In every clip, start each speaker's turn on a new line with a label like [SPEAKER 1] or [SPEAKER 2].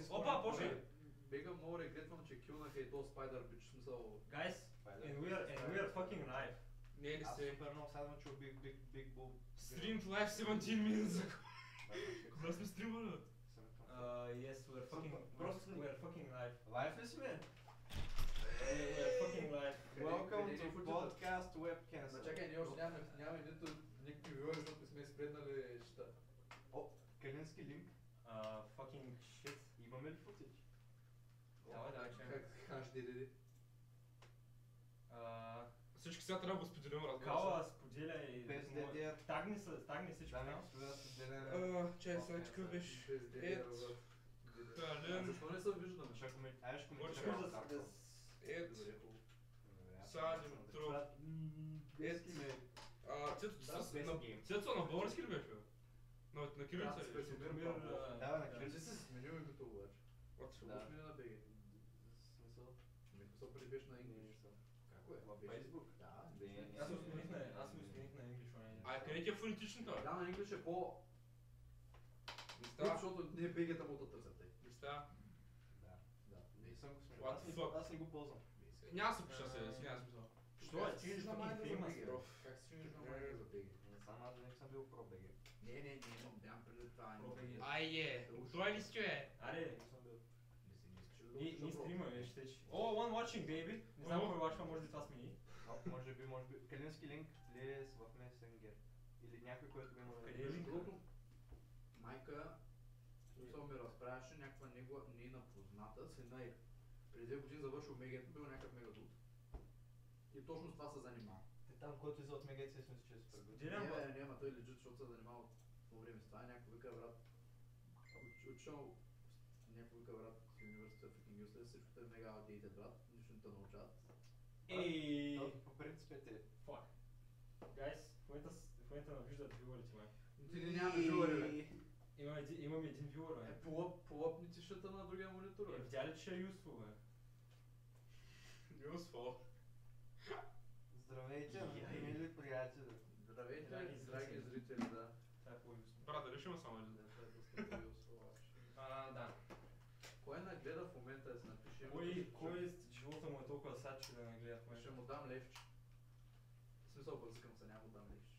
[SPEAKER 1] това почне.
[SPEAKER 2] Бега много регретвам, че килнаха и то Spider Bitch, в смисъл...
[SPEAKER 3] Guys, and we are, and we are fucking live.
[SPEAKER 1] Не, не
[SPEAKER 4] Аз
[SPEAKER 1] се.
[SPEAKER 4] супер много сядам, че убих Big, Big Bull.
[SPEAKER 1] Streamed live 17 minutes. Кога сме стримали? бе?
[SPEAKER 3] Uh, yes, we are fucking,
[SPEAKER 4] Просто-
[SPEAKER 3] we are fucking live.
[SPEAKER 4] Лайф ли сме?
[SPEAKER 3] We are fucking live.
[SPEAKER 4] Welcome
[SPEAKER 2] къде е
[SPEAKER 4] to
[SPEAKER 2] футболът?
[SPEAKER 4] podcast webcast.
[SPEAKER 2] Ма чакай, ние още нямаме, нямаме нито никакви вилъри, защото не сме спреднали щита.
[SPEAKER 4] О, калински линк.
[SPEAKER 3] Uh, fucking shit.
[SPEAKER 4] Имаме ли футич?
[SPEAKER 3] Давай, давай, чакай.
[SPEAKER 2] Как HDDD?
[SPEAKER 3] Uh,
[SPEAKER 1] Всички сега трябва да го споделим, разбира се.
[SPEAKER 3] Кала споделя и...
[SPEAKER 4] Без
[SPEAKER 3] моя-
[SPEAKER 4] DDR.
[SPEAKER 3] Тагни се, тагни всичко.
[SPEAKER 4] Да,
[SPEAKER 3] там.
[SPEAKER 4] не, да е, се деля.
[SPEAKER 1] А, Чай, сега такъв беше.
[SPEAKER 2] Без DDR,
[SPEAKER 1] Ед.
[SPEAKER 2] брат.
[SPEAKER 1] Кален.
[SPEAKER 2] А Защо не се виждаме?
[SPEAKER 4] Ще коме... Айде ще
[SPEAKER 1] Може
[SPEAKER 3] Искаш да-
[SPEAKER 4] коментираме. Dark
[SPEAKER 3] да-
[SPEAKER 4] Souls.
[SPEAKER 1] Ед.
[SPEAKER 2] Добре, хубаво.
[SPEAKER 4] Добре, аз
[SPEAKER 1] Садим
[SPEAKER 4] съм да
[SPEAKER 1] труп.
[SPEAKER 4] чуя. М, близки Е, ме.
[SPEAKER 1] А, Цецо, ти
[SPEAKER 4] Да,
[SPEAKER 1] с-
[SPEAKER 4] без
[SPEAKER 1] на-
[SPEAKER 4] гейм.
[SPEAKER 1] Цецо на български ли беше? бе? На, на кирилица
[SPEAKER 2] Да,
[SPEAKER 1] ли?
[SPEAKER 2] спрес-
[SPEAKER 3] Например, uh,
[SPEAKER 4] Да, на
[SPEAKER 3] да.
[SPEAKER 2] Кажи
[SPEAKER 4] кирилица.
[SPEAKER 2] се сменил името обаче.
[SPEAKER 1] What the
[SPEAKER 4] Да.
[SPEAKER 1] fuck?
[SPEAKER 2] Ще мине на БГ.
[SPEAKER 4] В Смисъл?
[SPEAKER 2] Ми смисъл преди беше на
[SPEAKER 4] Не
[SPEAKER 2] English.
[SPEAKER 4] съм.
[SPEAKER 2] Какво е?
[SPEAKER 4] Във
[SPEAKER 2] Беше-
[SPEAKER 4] Фейсбук?
[SPEAKER 2] Да,
[SPEAKER 4] Не,
[SPEAKER 2] не,
[SPEAKER 4] не.
[SPEAKER 3] Аз се усмих на, аз се усмих на English one. един.
[SPEAKER 1] А къде ти е фонетичната? бе?
[SPEAKER 2] Да, на English е по...
[SPEAKER 1] Не
[SPEAKER 2] Да,
[SPEAKER 1] става.
[SPEAKER 2] защото ние БГ-та му да търсят. те.
[SPEAKER 1] Не става.
[SPEAKER 4] Да.
[SPEAKER 2] Да.
[SPEAKER 4] Не съм го сменил.
[SPEAKER 1] What
[SPEAKER 4] Аз
[SPEAKER 1] the
[SPEAKER 4] не-
[SPEAKER 1] fuck?
[SPEAKER 4] Аз не го ползвам.
[SPEAKER 1] Няма да се пиша се, няма смисъл.
[SPEAKER 3] Що е?
[SPEAKER 2] Как
[SPEAKER 3] Ти
[SPEAKER 2] си
[SPEAKER 3] си
[SPEAKER 2] на майка
[SPEAKER 3] fucking
[SPEAKER 2] за
[SPEAKER 3] famous,
[SPEAKER 2] БГ?
[SPEAKER 3] bro.
[SPEAKER 2] Как си чуеш на майка за БГ?
[SPEAKER 4] Сам аз да не съм бил про БГ.
[SPEAKER 2] Не, не, не, имам, нямам преди това.
[SPEAKER 3] Про
[SPEAKER 2] имам.
[SPEAKER 3] БГ.
[SPEAKER 1] Айе, той ли сте?
[SPEAKER 3] Аре,
[SPEAKER 4] Не съм бил.
[SPEAKER 2] Не си не искаш
[SPEAKER 3] ние
[SPEAKER 2] да отиш на
[SPEAKER 3] ние
[SPEAKER 2] про.
[SPEAKER 3] стримаме, ще че. О, Oh, one watching, baby. Не знам кой watchва, може би това смени.
[SPEAKER 4] А, Може би, може би. Калински линк ли е с- в Messenger? Или някой, който го има на
[SPEAKER 3] Къде е
[SPEAKER 2] Между
[SPEAKER 3] линк?
[SPEAKER 2] другото, майка, смисъл ми разправяше някаква негова нейна позната, с една и преди две години завършил мегето, бил някакъв мегадут. И точно с това се занимава.
[SPEAKER 4] Те Е, там, който излезе от Мегет, се смисля, че е супер
[SPEAKER 3] Споделя.
[SPEAKER 4] готин.
[SPEAKER 2] Не,
[SPEAKER 3] Делям, бе.
[SPEAKER 2] бе, не, ама той е лежит, защото се занимава по време с това. Някой вика, брат, уч- учил някой вика, брат, в университета в Кингюсле, всичкото е мега outdated, брат, нищо не те научават.
[SPEAKER 3] Ей,
[SPEAKER 4] Но, По принцип е те.
[SPEAKER 3] fuck. Guys, в момента, с- в момента навиждат вюворите, май.
[SPEAKER 2] Но ти не нямаме жуари, бе.
[SPEAKER 3] Имам един, имам един вювор, бе.
[SPEAKER 2] Е, полъп, полъпни тишата на другия монитор,
[SPEAKER 3] Е,
[SPEAKER 2] бе.
[SPEAKER 3] видя ли, че е useful, бе?
[SPEAKER 1] Useful.
[SPEAKER 4] Здравейте,
[SPEAKER 3] Я, я.
[SPEAKER 4] мили приятели.
[SPEAKER 2] Здравейте,
[SPEAKER 3] Драги
[SPEAKER 2] драги
[SPEAKER 3] зрители.
[SPEAKER 2] зрители, да.
[SPEAKER 3] Това е по-useful.
[SPEAKER 1] Брат, дали ще има само един?
[SPEAKER 2] Да, това е доста по-юсо, обаче.
[SPEAKER 3] А, да.
[SPEAKER 2] Кой нагледа в момента да се напише?
[SPEAKER 3] Кой, кой с- живота му е толкова сад, че да не гледа в
[SPEAKER 2] Ще
[SPEAKER 3] момента?
[SPEAKER 2] му дам левче. В смисъл, бързкам се, няма да дам левче.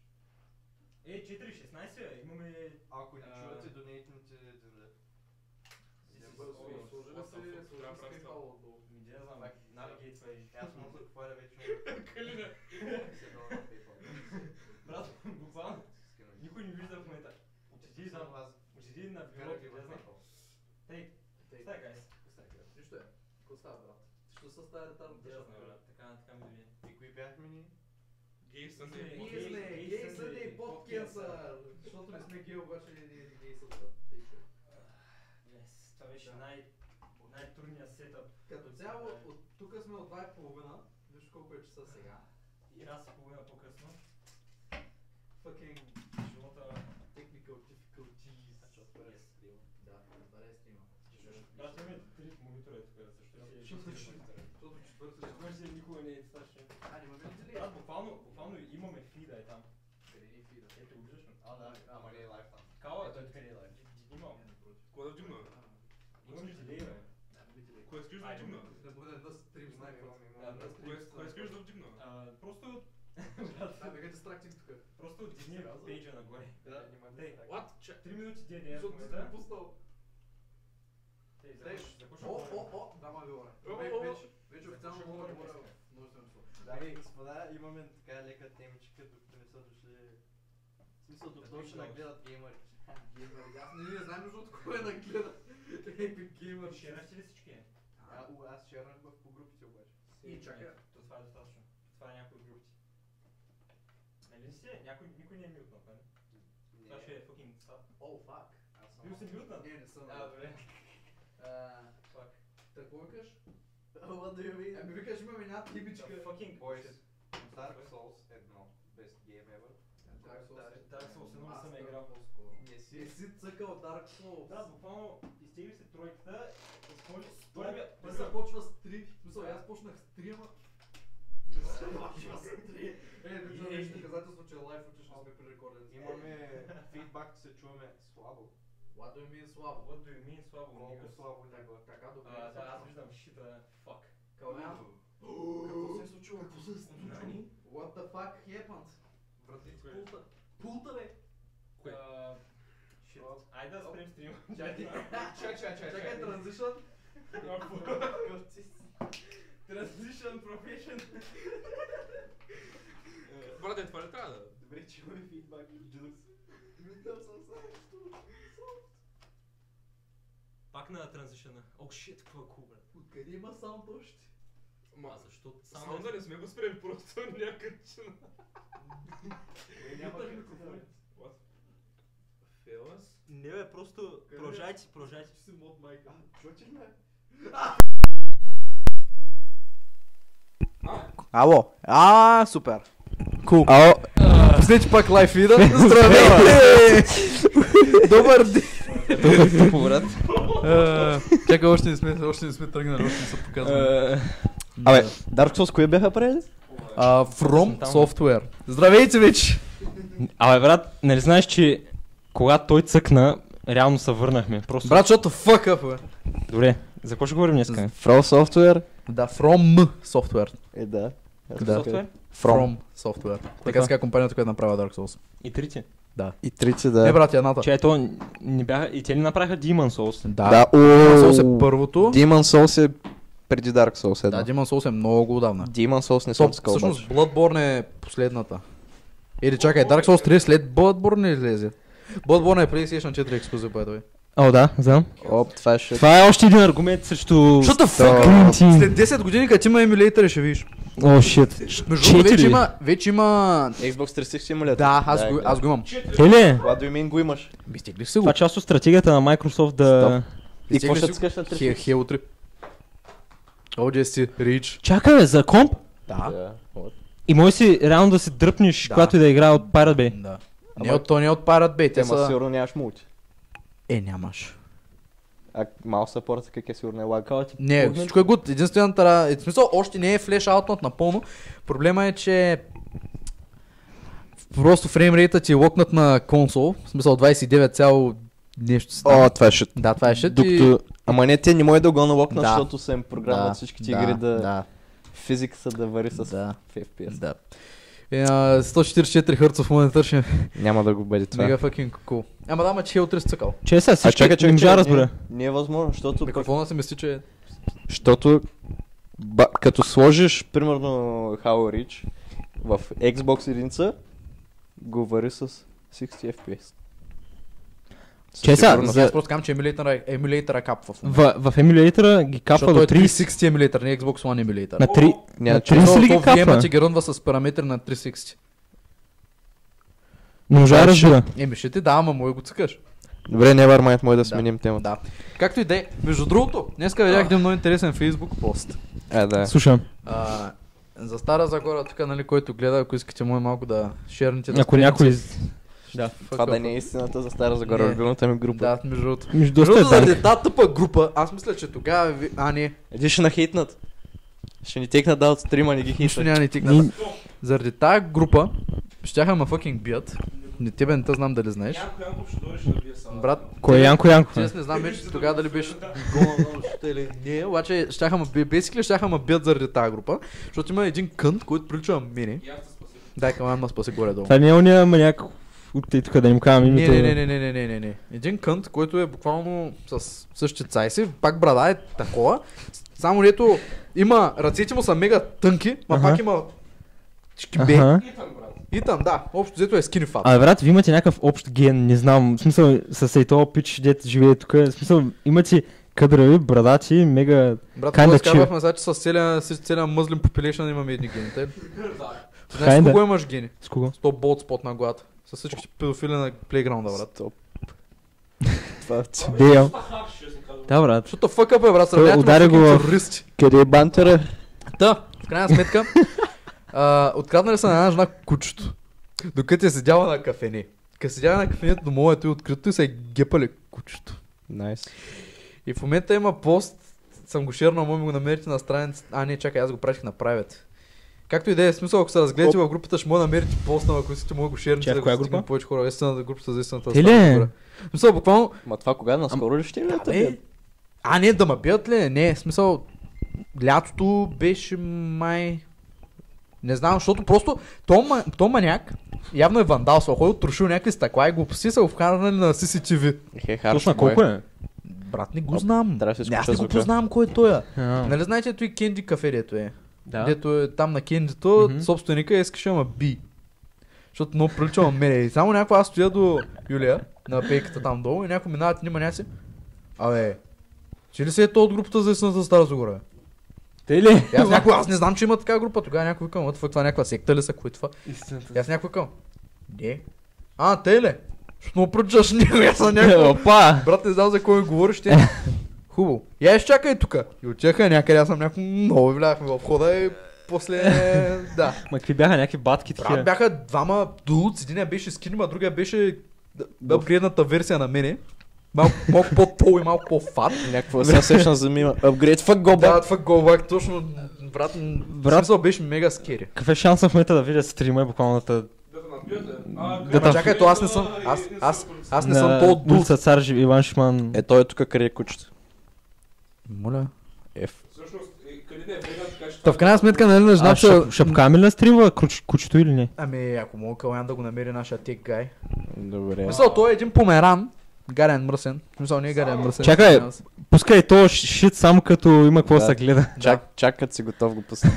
[SPEAKER 3] Е, 4.16, бе, имаме...
[SPEAKER 4] Ако не
[SPEAKER 3] А.
[SPEAKER 4] чувате донейтните дърля.
[SPEAKER 3] This is
[SPEAKER 2] Бързо,
[SPEAKER 3] obvious.
[SPEAKER 2] сложи
[SPEAKER 1] What
[SPEAKER 2] ли
[SPEAKER 1] the fuck?
[SPEAKER 2] си, сложи
[SPEAKER 1] Трябва да
[SPEAKER 2] ли си
[SPEAKER 1] правя
[SPEAKER 2] пейпал е отдолу?
[SPEAKER 3] Ми, да не знам,
[SPEAKER 4] Пак.
[SPEAKER 3] навигейтва и...
[SPEAKER 4] Аз мога да хваля вече много
[SPEAKER 1] Калина.
[SPEAKER 4] се едно на PayPal.
[SPEAKER 3] Брат, буквално,
[SPEAKER 4] Скинах.
[SPEAKER 3] никой не вижда в момента. Отиди там,
[SPEAKER 4] Аз
[SPEAKER 3] отиди на бюро,
[SPEAKER 4] вкарах ги
[SPEAKER 3] да
[SPEAKER 4] в
[SPEAKER 3] знам.
[SPEAKER 4] PayPal.
[SPEAKER 3] Тей,
[SPEAKER 2] Тъй,
[SPEAKER 3] стай, гайс.
[SPEAKER 4] Пускай ги.
[SPEAKER 2] Нищо е. Какво става, брат? Ти ще се стая ретарната
[SPEAKER 3] Да знам,
[SPEAKER 2] шапка.
[SPEAKER 3] брат, така, така ми дори.
[SPEAKER 4] И кои бяхме ни?
[SPEAKER 1] Гей
[SPEAKER 3] Гей.
[SPEAKER 1] Съндей.
[SPEAKER 2] Гей сме,
[SPEAKER 3] Гей
[SPEAKER 2] гей
[SPEAKER 3] са
[SPEAKER 2] са
[SPEAKER 3] ли? Подкия
[SPEAKER 2] ни, подкия
[SPEAKER 3] са.
[SPEAKER 2] са. Защото не сме гей, обаче не не- не гей са. брат. Тъй, че.
[SPEAKER 3] Yes, това беше
[SPEAKER 2] Да.
[SPEAKER 3] най- най-трудният сетъп.
[SPEAKER 2] Като цяло, от тук сме от 2.30. Виж колко е часа сега.
[SPEAKER 3] Час и половина по-късно.
[SPEAKER 2] Fucking
[SPEAKER 3] Живота...
[SPEAKER 2] technical difficulties. Да, е добре снима.
[SPEAKER 3] Брат, имаме три монитора е тук, защо си...
[SPEAKER 2] Защото-
[SPEAKER 3] си-
[SPEAKER 2] Защото четвърто няма.
[SPEAKER 3] Защо си никога не е достатъчно?
[SPEAKER 2] А, не маме ли?
[SPEAKER 3] Брат, буквално, буквално имаме фида е там.
[SPEAKER 2] Къде ни фида?
[SPEAKER 3] Ето го виждаш ли?
[SPEAKER 4] А, да, ама не е лайф там.
[SPEAKER 3] Кала,
[SPEAKER 4] Ето
[SPEAKER 3] той
[SPEAKER 4] е
[SPEAKER 3] тук
[SPEAKER 4] така
[SPEAKER 3] е
[SPEAKER 4] ли,
[SPEAKER 3] лайк.
[SPEAKER 4] лайк?
[SPEAKER 3] Имам.
[SPEAKER 1] Кога да вдигна?
[SPEAKER 3] Имам ли дилей, бе?
[SPEAKER 1] Кое искаш да
[SPEAKER 3] Айде.
[SPEAKER 1] вдигна?
[SPEAKER 2] Да бъде на стрим, знае какво ми
[SPEAKER 4] Да,
[SPEAKER 2] на
[SPEAKER 4] да.
[SPEAKER 2] стрим.
[SPEAKER 1] Кое кое искаш да вдигна?
[SPEAKER 3] А, Просто... брат,
[SPEAKER 2] Да, бега дистрактинг тук.
[SPEAKER 3] Просто дигни
[SPEAKER 4] Сериозно?
[SPEAKER 3] пейджа нагоре.
[SPEAKER 4] Да,
[SPEAKER 3] Тей,
[SPEAKER 1] What? Че...
[SPEAKER 3] Три минути
[SPEAKER 1] Е,
[SPEAKER 3] DDR в
[SPEAKER 2] Защото ти сме
[SPEAKER 3] момента.
[SPEAKER 2] пуснал.
[SPEAKER 3] Тей,
[SPEAKER 2] Тей,
[SPEAKER 3] започва- започва
[SPEAKER 2] о,
[SPEAKER 3] говорене.
[SPEAKER 2] о, о, да, ма говоря.
[SPEAKER 1] О,
[SPEAKER 2] Вече-
[SPEAKER 1] о, о.
[SPEAKER 2] вече- Вече официално
[SPEAKER 3] Започва
[SPEAKER 2] мога да говоря
[SPEAKER 3] говорене.
[SPEAKER 2] в множествено число.
[SPEAKER 4] Дами и господа, имаме така лека темичка, докато не са дошли... В смисъл, докато
[SPEAKER 3] Да,
[SPEAKER 4] ще
[SPEAKER 3] да.
[SPEAKER 4] нагледат геймъри.
[SPEAKER 2] Геймер, аз не не знаем между е от кое да гледа. Epic Gamer.
[SPEAKER 3] Шераш ли всички?
[SPEAKER 4] А, у, аз шернах в по групите обаче.
[SPEAKER 2] И чака.
[SPEAKER 3] То това е достатъчно. Това е някой от групите. Нали не си? Някой, никой не е мютнал, нали? Това ще е fucking стат.
[SPEAKER 2] О, фак. Е,
[SPEAKER 4] Аз съм...
[SPEAKER 3] Бил си мютнал?
[SPEAKER 2] Не, не съм.
[SPEAKER 3] А, добре.
[SPEAKER 2] А,
[SPEAKER 3] Fuck.
[SPEAKER 2] Та какво викаш?
[SPEAKER 4] What do you mean?
[SPEAKER 2] Ами викаш имам една
[SPEAKER 3] Да,
[SPEAKER 2] тибичка.
[SPEAKER 3] fucking
[SPEAKER 4] Boys,
[SPEAKER 3] shit.
[SPEAKER 4] Dark Souls 1. Best game ever.
[SPEAKER 2] Е, Dark Souls.
[SPEAKER 3] Dark Souls 1 не
[SPEAKER 2] Аз
[SPEAKER 3] съм я
[SPEAKER 2] Dark
[SPEAKER 3] играл.
[SPEAKER 2] Souls скоро.
[SPEAKER 4] Не
[SPEAKER 2] Ти
[SPEAKER 4] си...
[SPEAKER 2] си цъкал Dark Souls.
[SPEAKER 3] Да, буквално изтегли се тройката, използвай с първия...
[SPEAKER 2] Първия,
[SPEAKER 5] е
[SPEAKER 2] не започва с 3. В смисъл, аз почнах с 3, ама... Не започва с 3. Е, виждам
[SPEAKER 3] И-
[SPEAKER 2] вече доказателство, че е лайф, че ще сме пререкорден.
[SPEAKER 6] Е,
[SPEAKER 4] Имаме фидбак, се чуваме слабо.
[SPEAKER 2] Ладо ми е слабо.
[SPEAKER 3] What do you mean, слабо?
[SPEAKER 4] Много
[SPEAKER 3] niggas?
[SPEAKER 4] слабо.
[SPEAKER 2] Така
[SPEAKER 6] някаква така добре.
[SPEAKER 5] е А, да, аз виждам шита. Fuck.
[SPEAKER 6] Калян, какво се е случило? Какво се е
[SPEAKER 5] Ами?
[SPEAKER 6] случило? What the fuck happened? Врати
[SPEAKER 1] Кое?
[SPEAKER 6] пулта. Пулта бе!
[SPEAKER 5] Кое? Шит. Айде да спрем стрима.
[SPEAKER 6] Чакай,
[SPEAKER 5] Чакай, чакай,
[SPEAKER 6] чакай, транзишън.
[SPEAKER 5] Transition profession.
[SPEAKER 3] Брате, това не трябва да...
[SPEAKER 4] Добре, че имаме фидбак от Джудс. Виждам съм също.
[SPEAKER 3] Пак на транзишъна. О, шит, какво е кул, брат.
[SPEAKER 6] Откъде има саунд още?
[SPEAKER 3] Ма,
[SPEAKER 1] Ма,
[SPEAKER 3] защо?
[SPEAKER 1] Само да не сме го спрели просто някъде. че-
[SPEAKER 4] Е, няма
[SPEAKER 6] Питах
[SPEAKER 4] как
[SPEAKER 6] микрофони.
[SPEAKER 4] да-
[SPEAKER 1] What? Fail us?
[SPEAKER 3] Не, бе, просто
[SPEAKER 4] Къде?
[SPEAKER 3] продължайте, си, продължайте. си.
[SPEAKER 6] Ще си мод
[SPEAKER 4] А,
[SPEAKER 6] майка.
[SPEAKER 4] чувачи ме?
[SPEAKER 7] Алло. А, супер. Кул. Ало. След пак лайф вида. Здравей! Добър ден!
[SPEAKER 2] Е, Чакай, още не сме, още не сме тръгнали, още не са
[SPEAKER 7] Е,
[SPEAKER 2] показвали.
[SPEAKER 3] Е,
[SPEAKER 7] Абе, Dark Souls кое бяха правили?
[SPEAKER 2] А, From
[SPEAKER 3] Сантално.
[SPEAKER 2] Software. Здравейте, вече!
[SPEAKER 3] Абе, брат, нали знаеш, че когато той цъкна, реално се върнахме. Просто...
[SPEAKER 2] Брат, защото fuck up, бе.
[SPEAKER 3] Добре, за какво ще говорим днес?
[SPEAKER 7] From Software.
[SPEAKER 2] Да, From Software.
[SPEAKER 7] Е, да.
[SPEAKER 2] Да.
[SPEAKER 3] Софтуер?
[SPEAKER 7] From.
[SPEAKER 2] From Software. Така сега компанията, която направи Dark Souls.
[SPEAKER 3] И трите.
[SPEAKER 7] И трите,
[SPEAKER 2] Не,
[SPEAKER 7] да.
[SPEAKER 2] брат, и едната.
[SPEAKER 3] Чай, то не бяха... И те ли направиха Demon Souls?
[SPEAKER 2] Да.
[SPEAKER 7] Да,
[SPEAKER 2] Dark Souls
[SPEAKER 7] ооо.
[SPEAKER 2] е първото.
[SPEAKER 7] Demon Souls е преди Dark Souls
[SPEAKER 2] Да,
[SPEAKER 7] едно.
[SPEAKER 2] Demon Souls е много отдавна.
[SPEAKER 7] Demon Souls не
[SPEAKER 2] То,
[SPEAKER 7] съм цъкал
[SPEAKER 2] всъщност
[SPEAKER 7] обаче.
[SPEAKER 2] Bloodborne е последната. Или чакай, Dark Souls 3 след Bloodborne ли излезе? Bloodborne е PlayStation 4 ексклюзив, by the way.
[SPEAKER 3] О, да, знам.
[SPEAKER 7] Оп, това ще...
[SPEAKER 3] Това е още един аргумент срещу...
[SPEAKER 2] Shut the fuck
[SPEAKER 3] Dream Team.
[SPEAKER 2] След 10 години, като има емилейтъри, ще видиш.
[SPEAKER 3] О, шит.
[SPEAKER 2] Между другото,
[SPEAKER 3] Четири
[SPEAKER 2] вече
[SPEAKER 3] ли?
[SPEAKER 2] има, вече има...
[SPEAKER 4] Xbox 360 емулятор.
[SPEAKER 2] Да, аз, го, аз го имам.
[SPEAKER 3] Еле,
[SPEAKER 4] Това до имен го имаш.
[SPEAKER 2] Би стигли си
[SPEAKER 3] това
[SPEAKER 2] го.
[SPEAKER 3] е част от стратегията на Microsoft да...
[SPEAKER 2] И
[SPEAKER 4] Значи, какво ще цъкаш на 360?
[SPEAKER 2] Хело 3. ODST, Рич.
[SPEAKER 3] Чакай, бе, за комп?
[SPEAKER 2] Да.
[SPEAKER 3] И може си реално да се дръпнеш,
[SPEAKER 2] Да.
[SPEAKER 3] когато и да игра от Pirate Bay.
[SPEAKER 2] Да. Не от, то не е от Pirate Bay, те
[SPEAKER 4] Тема
[SPEAKER 2] са...
[SPEAKER 4] сигурно нямаш мулти.
[SPEAKER 2] Е, нямаш.
[SPEAKER 4] А малко съпорта как е сигурно е лаг.
[SPEAKER 3] Такава ти
[SPEAKER 2] Не,
[SPEAKER 3] пугна.
[SPEAKER 2] всичко е гуд. Единствената... ра- е, В смисъл, още не е флеш аутнат напълно. Проблема е, че просто фреймрейта ти е локнат на консол. В смисъл 29 цяло нещо си.
[SPEAKER 3] О,
[SPEAKER 2] това е шит. Да, това е шит. и-
[SPEAKER 4] Докато... Ама не, те не може да го налокнат,
[SPEAKER 2] Да.
[SPEAKER 4] защото са им програмат всичките
[SPEAKER 2] да,
[SPEAKER 4] игри да...
[SPEAKER 2] Да,
[SPEAKER 4] Физиката да вари с
[SPEAKER 2] да,
[SPEAKER 4] FPS.
[SPEAKER 2] да. И, а, 144 хърцов монитор ще е
[SPEAKER 4] Няма да го бъде това. е.
[SPEAKER 2] мега fucking cool. Ама да, ма че Halo 3 цъкал.
[SPEAKER 3] Че Е, сега
[SPEAKER 4] А
[SPEAKER 3] всички
[SPEAKER 4] чакай, чакай,
[SPEAKER 3] не можа да
[SPEAKER 4] чакай,
[SPEAKER 3] разбера.
[SPEAKER 4] Не, не е възможно, защото... пък-
[SPEAKER 2] Микрофона се мисли, че е...
[SPEAKER 4] Защото ба, като сложиш, примерно, Halo Reach в Xbox единица, го вари с 60 FPS. Със
[SPEAKER 3] Че сега,
[SPEAKER 4] сигурност.
[SPEAKER 2] За...
[SPEAKER 3] за-
[SPEAKER 2] Аз просто казвам, че емилейтъра, емилейтъра капва в момента.
[SPEAKER 3] В, в емулейтора ги капва
[SPEAKER 2] Защото
[SPEAKER 3] до
[SPEAKER 2] е
[SPEAKER 3] 30.
[SPEAKER 2] 360 емилейтър, не Xbox One емилейтър.
[SPEAKER 3] На, три,
[SPEAKER 4] Няма
[SPEAKER 3] на
[SPEAKER 4] че-
[SPEAKER 3] 30 ли
[SPEAKER 2] То-
[SPEAKER 3] ги
[SPEAKER 2] то гейма ти
[SPEAKER 3] капва?
[SPEAKER 2] ги рънва с параметри на 360.
[SPEAKER 3] Не можа да разбира.
[SPEAKER 2] Еми ще ти да, ама му го цъкаш.
[SPEAKER 4] Добре, never mind, може да
[SPEAKER 2] Да.
[SPEAKER 4] сменим темата.
[SPEAKER 2] Да. Както и да е. Между другото, днеска видях един много интересен фейсбук пост.
[SPEAKER 4] Е, да.
[SPEAKER 3] Слушам.
[SPEAKER 2] А, за Стара Загора, тук, нали, който гледа, ако искате му е малко да шерните. да
[SPEAKER 3] Ако
[SPEAKER 2] споделите.
[SPEAKER 3] някой...
[SPEAKER 2] Да,
[SPEAKER 4] Това да не е истината за Стара Загора,
[SPEAKER 2] Не.
[SPEAKER 4] любимата ми група.
[SPEAKER 2] Да, между другото.
[SPEAKER 3] Между
[SPEAKER 2] Между
[SPEAKER 3] доста е
[SPEAKER 2] другото, за
[SPEAKER 3] дан.
[SPEAKER 2] деца тъпа група, аз мисля, че тогава... ви- А, не,
[SPEAKER 4] Иди ще нахейтнат. Ще ни текнат да от стрима, не ги
[SPEAKER 2] нищо
[SPEAKER 4] хейтнат.
[SPEAKER 2] няма ни тигна. Заради тая група, щяха ма фъкинг бият. Не тебе не те знам дали знаеш.
[SPEAKER 1] Янко Янков ще дойде, ще набие салата.
[SPEAKER 2] Брат,
[SPEAKER 3] Кой е Янко Янков? бе?
[SPEAKER 2] Честно не знам вече тогава дали беше
[SPEAKER 1] Да.
[SPEAKER 2] гола много щута или не, обаче щяха ма, basically щяха ма бият заради тази група, защото има един кънт, който прилича на мене.
[SPEAKER 1] И аз те спася.
[SPEAKER 2] Дай към ма спаси горе-долу.
[SPEAKER 3] Това не е ония маняк от и тук да им казвам
[SPEAKER 2] Не,
[SPEAKER 3] името.
[SPEAKER 2] не, не, не, не, не, не, не, не. Един кънт, който е буквално с същите цайси, пак брада е такова, само лето има, ръцете му са мега тънки, ма
[SPEAKER 3] Аха.
[SPEAKER 2] пак има шкибе.
[SPEAKER 3] Аха.
[SPEAKER 1] Итан, брат.
[SPEAKER 2] И там, да, общо взето е скини фат.
[SPEAKER 3] А, брат, вие имате някакъв общ ген, не знам, в смисъл с ей тоя пич, дет живее тук, в смисъл имате къдрави, брадати, мега...
[SPEAKER 2] Брат,
[SPEAKER 3] kinda
[SPEAKER 2] това
[SPEAKER 3] chill.
[SPEAKER 2] казвахме сега, че с целия, с целия мъзлим population имаме едни гени. Те, знаеш,
[SPEAKER 3] Kinda.
[SPEAKER 2] с кого имаш гени?
[SPEAKER 3] С кого?
[SPEAKER 2] 100 болт спот на главата. С всичките педофили на плейграунда, брат.
[SPEAKER 4] Стоп. Това ти...
[SPEAKER 3] Бел.
[SPEAKER 1] Стахар, ще се казва.
[SPEAKER 3] Да, брат.
[SPEAKER 2] Защото фъка бе, брат, сравнявате ме с
[SPEAKER 3] удари го
[SPEAKER 2] някакви
[SPEAKER 3] в-
[SPEAKER 2] терористи.
[SPEAKER 4] Къде е бантера?
[SPEAKER 2] Та, в крайна сметка, а, откраднали са на една жена кучето, докато е седяла на кафене. Като седяла на кафенето, домовето е открито и се е гепали кучето.
[SPEAKER 4] Найс.
[SPEAKER 2] И в момента има пост, съм го шернал, може да го намерите на страницата. А, не, чакай, аз го пратих на правят. Както и да е, в смисъл, ако се разгледате в групата, ще мога да намерите поста, ако искате, мога да го шерните,
[SPEAKER 3] Чай, в
[SPEAKER 2] да го
[SPEAKER 3] коя
[SPEAKER 2] стигне
[SPEAKER 3] е група?
[SPEAKER 2] повече хора. Истината групата за истината.
[SPEAKER 3] Ти ли?
[SPEAKER 2] стара Загора. В смисъл, буквално,
[SPEAKER 4] Ма това кога? Наскоро ли ще е лето?
[SPEAKER 2] бе.
[SPEAKER 4] бе?
[SPEAKER 2] Ами, А, не, да ме бият ли? Не, в смисъл, лятото беше май... Не знам, защото просто то, ма- то маняк явно е вандалствал. Ходил, трошил някакви стъкла и глупости са вкарали на CCTV.
[SPEAKER 8] Е, харш,
[SPEAKER 9] Точно колко е?
[SPEAKER 2] Брат, не го знам.
[SPEAKER 8] трябва да се
[SPEAKER 2] Не, аз
[SPEAKER 8] изключа
[SPEAKER 2] не го
[SPEAKER 8] звука.
[SPEAKER 2] познавам кой е той.
[SPEAKER 9] А,
[SPEAKER 2] Нали знаете, ето и Кенди кафе, дето е.
[SPEAKER 8] Да.
[SPEAKER 2] Дето е там на кендито,
[SPEAKER 9] Мгм.
[SPEAKER 2] собственика е, искаше да ме би. Защото много прилича на мене. И само някой аз стоя до Юлия на пейката там долу и някой минава ти няма си. Абе, че ли се е то от групата за истината Стара Загора? бе?
[SPEAKER 9] Те ли?
[SPEAKER 2] И Аз, някой, аз не знам, че има така група. Тогава някой викам, «What the fuck, това е някаква секта ли са, кой това? И
[SPEAKER 9] Истината.
[SPEAKER 2] аз някой викам, не. А, те ли? Що му приличаш ние, аз съм някой.
[SPEAKER 8] Опа!
[SPEAKER 2] Брат, не знам за кой говориш ти. Хубаво. Я изчакай тука. И отиваха някъде, аз съм някой много вляхме в хода и после... да.
[SPEAKER 9] Ма какви бяха някакви батки
[SPEAKER 2] Брат,
[SPEAKER 9] такива?
[SPEAKER 2] бяха двама дулуци. Единия беше скинима, другия беше да, апгрейдната версия на мене. Малко, малко по-тол и малко по-фат.
[SPEAKER 8] Някаква сега сещам за мима. Апгрейд, fuck go
[SPEAKER 2] Да,
[SPEAKER 8] back.
[SPEAKER 2] това голбак, точно, брат, брат.
[SPEAKER 9] Брат.
[SPEAKER 2] смисъл беше мега скери.
[SPEAKER 9] Какъв е шансът в момента да видя стрима и буквално да...
[SPEAKER 1] Да те набият, е. А,
[SPEAKER 9] Да,
[SPEAKER 1] къде-
[SPEAKER 9] там-
[SPEAKER 2] Чакай, то аз не съм,
[SPEAKER 1] и-
[SPEAKER 2] аз,
[SPEAKER 1] и не
[SPEAKER 2] аз,
[SPEAKER 1] съм полицай.
[SPEAKER 2] аз не
[SPEAKER 9] на
[SPEAKER 2] съм то дулуц.
[SPEAKER 9] улица Цар Жив- Иван Шиман.
[SPEAKER 8] Е, той е тук крие кучета.
[SPEAKER 2] Моля.
[SPEAKER 8] Еф.
[SPEAKER 1] Всъщност, е, къде да е беда, така че...
[SPEAKER 2] Та в крайна сметка, нали, не
[SPEAKER 9] А,
[SPEAKER 2] знам, че...
[SPEAKER 9] Шап- Шапками ли стрива кучето или не?
[SPEAKER 2] Ами, ако мога Калан да го намери нашия тек гай.
[SPEAKER 8] Добре.
[SPEAKER 2] Мисъл, той е един померан. Гарен мръсен. Мисъл, не е гарен мръсен.
[SPEAKER 9] Чакай. Пускай то ш- шит само като има какво
[SPEAKER 8] Да.
[SPEAKER 9] да се гледа.
[SPEAKER 8] Чак, чак, като си готов го пусна.